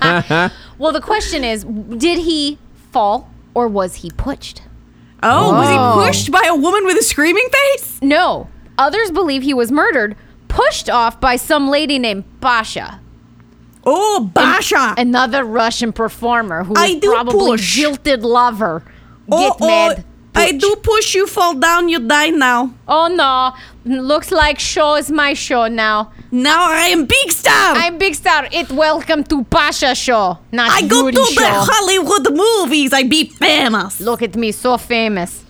Well, the question is, did he fall or was he pushed? Oh, was he pushed by a woman with a screaming face? No. Others believe he was murdered, pushed off by some lady named Basha, Oh, Basha. another Russian performer who I was do probably push. jilted lover. oh, Get mad. oh, I Push. do push you, fall down, you die now. Oh no! Looks like show is my show now. Now I am big star. i I'm big star. It welcome to Pasha show, not go Yuri to show. the Hollywood movies. I be famous. Look at me, so famous.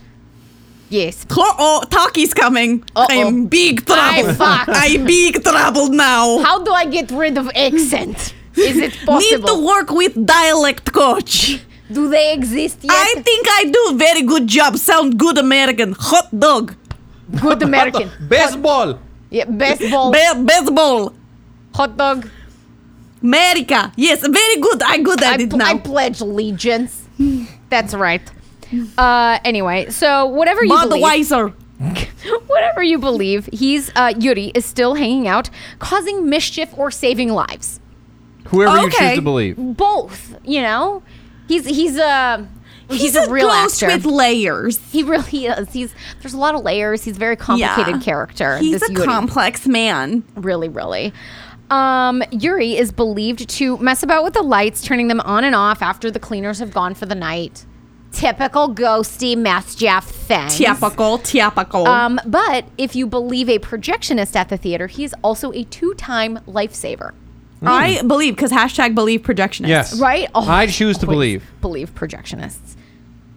Yes. Oh, Taki's coming. I am big trouble. I fucked. I big trouble now. How do I get rid of accent? Is it Need to possible? work with dialect coach. Do they exist yet? I think I do very good job. Sound good American. Hot dog. Good American. Baseball. Yeah, baseball, Ba- baseball. hot dog. America. Yes, very good. I good at I, it pl- I now. pledge allegiance. That's right. Uh, anyway, so whatever you Bud believe, Weiser. whatever you believe, he's uh, Yuri is still hanging out, causing mischief or saving lives. Whoever you choose Okay. to believe. Both, you know. He's he's a he's, He's, a, real ghost actor. with layers. he really is. He's there's a lot of layers. He's a very complicated Yeah. character. He's this a Yuri. complex man. really really um, Yuri is believed to mess about with the lights, turning them on and off after the cleaners have gone for the night. Typical ghosty mess Jeff thing. Typical, typical. Um, but if you believe a projectionist at the theater, he is also a two-time lifesaver. I believe because hashtag believe projectionist. Yes. Right? Oh, I choose to always believe. Believe projectionists.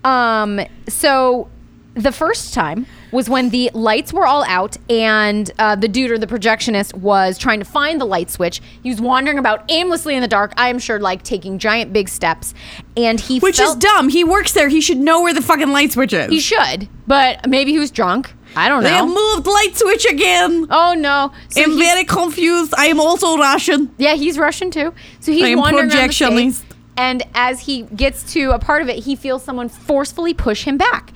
Um, so the first time was when the lights were all out and uh, the dude or the projectionist was trying to find the light switch. He was wandering about aimlessly in the dark, I am sure like taking giant big steps. And he Which felt is dumb. He works there. He should know where the fucking light switch is. he should, but maybe he was drunk. I don't they have know. moved light switch again. Oh no. So I'm he- very confused. I am also Russian. Yeah, he's Russian too. So he's I am wandering around the projectionist. stage, and as he gets to a part of it, he feels someone forcefully push him back.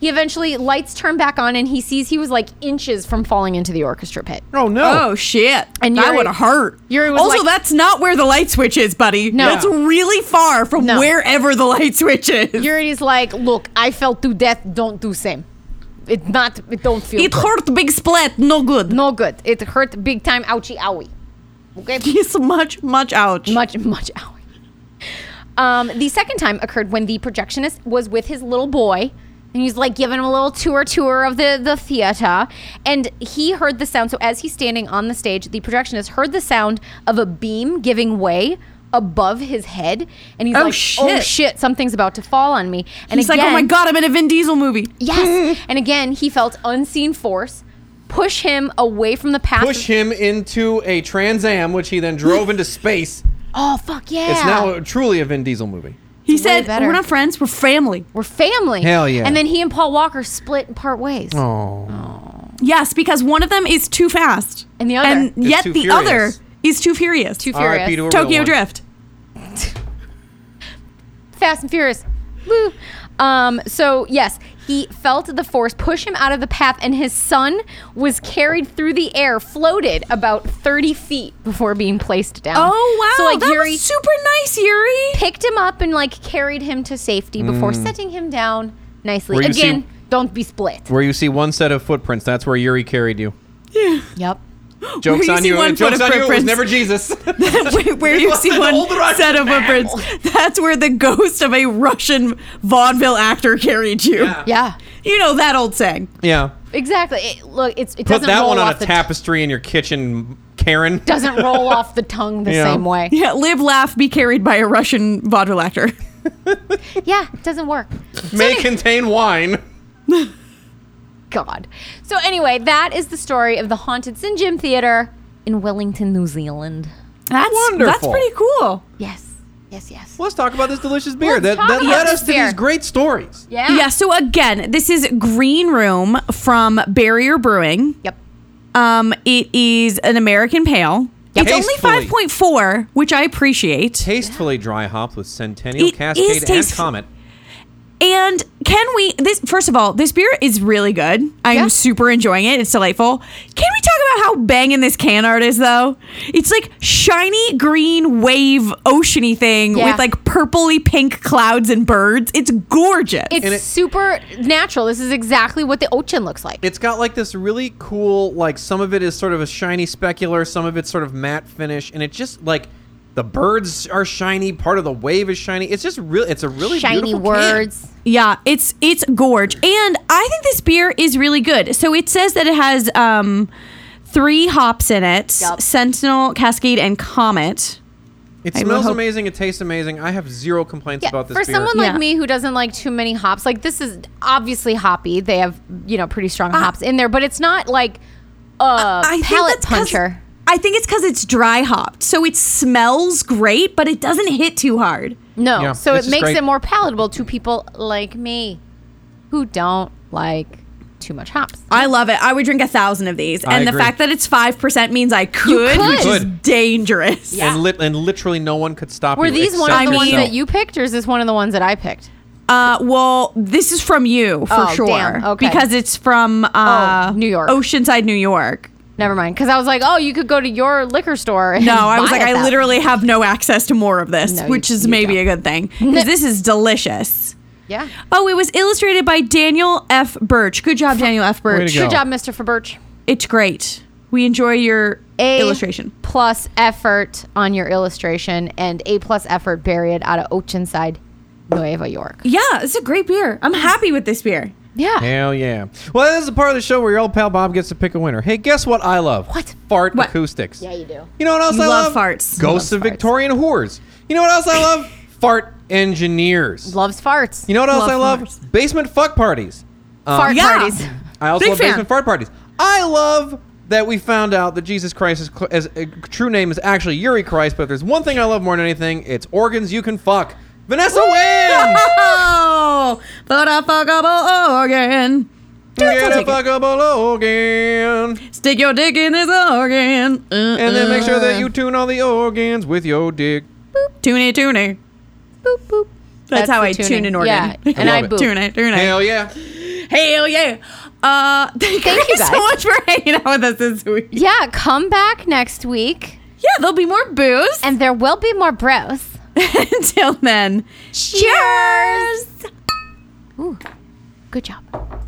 He eventually lights turn back on, and he sees he was like inches from falling into the orchestra pit. Oh no. Oh, shit. And that Yuri- would have hurt. Yuri was also, like- that's not where the light switch is, buddy. No. That's really far from No. wherever the light switch is. Yuri's like, "Look, I fell to death. Don't do same. It not. It don't feel. it good. hurt big splat. No good. No good. It hurt big time. Ouchie, owie. Okay. He's much, much ouch. much much hour. Um, the second time occurred when the projectionist was with his little boy, and he's like giving him a little tour tour of the the theater, and he heard the sound. So as he's standing on the stage, the projectionist heard the sound of a beam giving way above his head, and he's Oh, like, "Oh shit. shit, something's about to fall on me." And He's like, oh my again- god, I'm in a Vin Diesel movie. yes. and again, he felt unseen force push him away from the path. Push him into a Trans Am, which he then drove into space. Oh fuck yeah! It's now truly a Vin Diesel movie. He way said, better. we're not friends, we're family. We're family. Hell yeah. And then he and Paul Walker split and part ways. Oh. Yes, because one of them is too fast. And the other And is yet too the furious. other is too furious. Too furious. R.I.P. to a real Tokyo one. Drift. Fast and Furious. Woo. Um, so yes, he felt the force push him out of the path, and his son was carried through the air, floated about thirty feet before being placed down. Oh wow, So like that Yuri was super nice, Yuri. picked him up and like carried him to safety before setting him down nicely. Mm. Where you see- Again, don't be split. Where you see one set of footprints, that's where Yuri carried you. Yep. Jokes where on you. One Jokes foot on of you. It was footprints, never Jesus. where- where you was see an one old Russian set of man. footprints. That's where the ghost of a Russian vaudeville actor carried you. Yeah, You know that old saying. yeah. exactly. It, look, it's it Put doesn't that roll one on off a the tapestry in your kitchen, Karen. doesn't roll off the tongue the Yeah. same way. Yeah, live, laugh, be carried by a Russian vaudeville actor. Yeah, it doesn't work. May contain wine. God. So anyway, that is the story of the haunted St. Jim Theater in Wellington, New Zealand. That's That's Wonderful. pretty cool. Yes. Yes, yes. Let's talk about this delicious beer Let's that, talk that about led this us to beer. these great stories. Yeah. Yeah. So again, this is Green Room from Barrier Brewing. Yep. Um, it is an American pale. It's only Tastefully. five point four, which I appreciate. Tastefully dry hopped with Centennial It Cascade is and taste- Comet. And can we this first of all, this beer is really good. I am Yeah. super enjoying it. It's delightful. Can we talk about how banging this can art is though? It's like shiny green wave oceany thing Yeah. with like purpley pink clouds and birds. It's gorgeous. It's And it- super natural. This is exactly what the ocean looks like. It's got like this really cool, like some of it is sort of a shiny specular, some of it's sort of matte finish, and it just like the birds are shiny, part of the wave is shiny. It's just really, it's a really Shiny beautiful can. words. Yeah, it's it's gorge, and I think this beer is really good. So it says that it has um, three hops in it: Yup. Sentinel, Cascade, and Comet. It I will smells hope- amazing. It tastes amazing. I have zero complaints Yeah, about this for beer. someone Yeah. like me who doesn't like too many hops, like this is obviously hoppy. They have you know pretty strong hops in there, but it's not like a Ah. I think palate that's 'cause- puncher. I think it's because it's dry hopped, so it smells great, but it doesn't hit too hard. No, Yeah, so it's it just makes great. it more palatable to people like me who don't like too much hops. I love it. I would drink a thousand of these, I and the agree. fact that it's five percent means I could, could. which You is could. dangerous. and, lit- and literally no one could stop Were you these one except of the ones yourself. that you picked, or is this one of the ones that I picked? Uh, well, this is from you for Oh, sure, damn. Okay. because it's from uh, Oh, New York. Oceanside, New York. Never mind, because I was like, oh, you could go to your liquor store. And No, Oh, I was buy like, it I that literally have no access to more of this, No, you- which is you maybe don't. a good thing because this is delicious. way. Yeah. Oh, it was illustrated by Daniel F. Birch. Good job, Daniel F. Birch. go. Good job, Mr. Faberge. It's great. We enjoy your A illustration. plus effort on your illustration and A plus effort buried out of Oceanside, Nueva York. Yeah, it's a great beer. I'm happy with this beer. Yeah. Hell yeah. Well, this is the part of the show where your old pal Bob gets to pick a winner. Hey, guess what I love? What? Fart What? acoustics. Yeah, you do. You know what else You I love love? farts. Ghosts of farts. Victorian whores. You know what else I love? Fart engineers. Loves farts. You know what else Love I love? farts. Basement fuck parties. fart uh, Yeah. parties. I also Big love fan. basement fart parties. I love that we found out that Jesus Christ is, as uh, true name is actually Yuri Christ, but if there's one thing I love more than anything, it's organs you can fuck. Vanessa wins! Oh, but I fuck up a organ. Dude, I'll Get a take it. fuckable organ. Stick your dick in this organ. Uh, And then make sure that you tune all the organs with your dick. uh. Toonie, toonie. boop, boop. That's, how the I tune tuning. an organ. Yeah. And love I it. boop. Tune it, tune it. Hell yeah. Hell yeah. Uh, thank, Thank you you so guys. much for hanging out with us this week. Yeah, come back next week Yeah, there'll be more booze. and there will be more bros. Until then, cheers. Good job.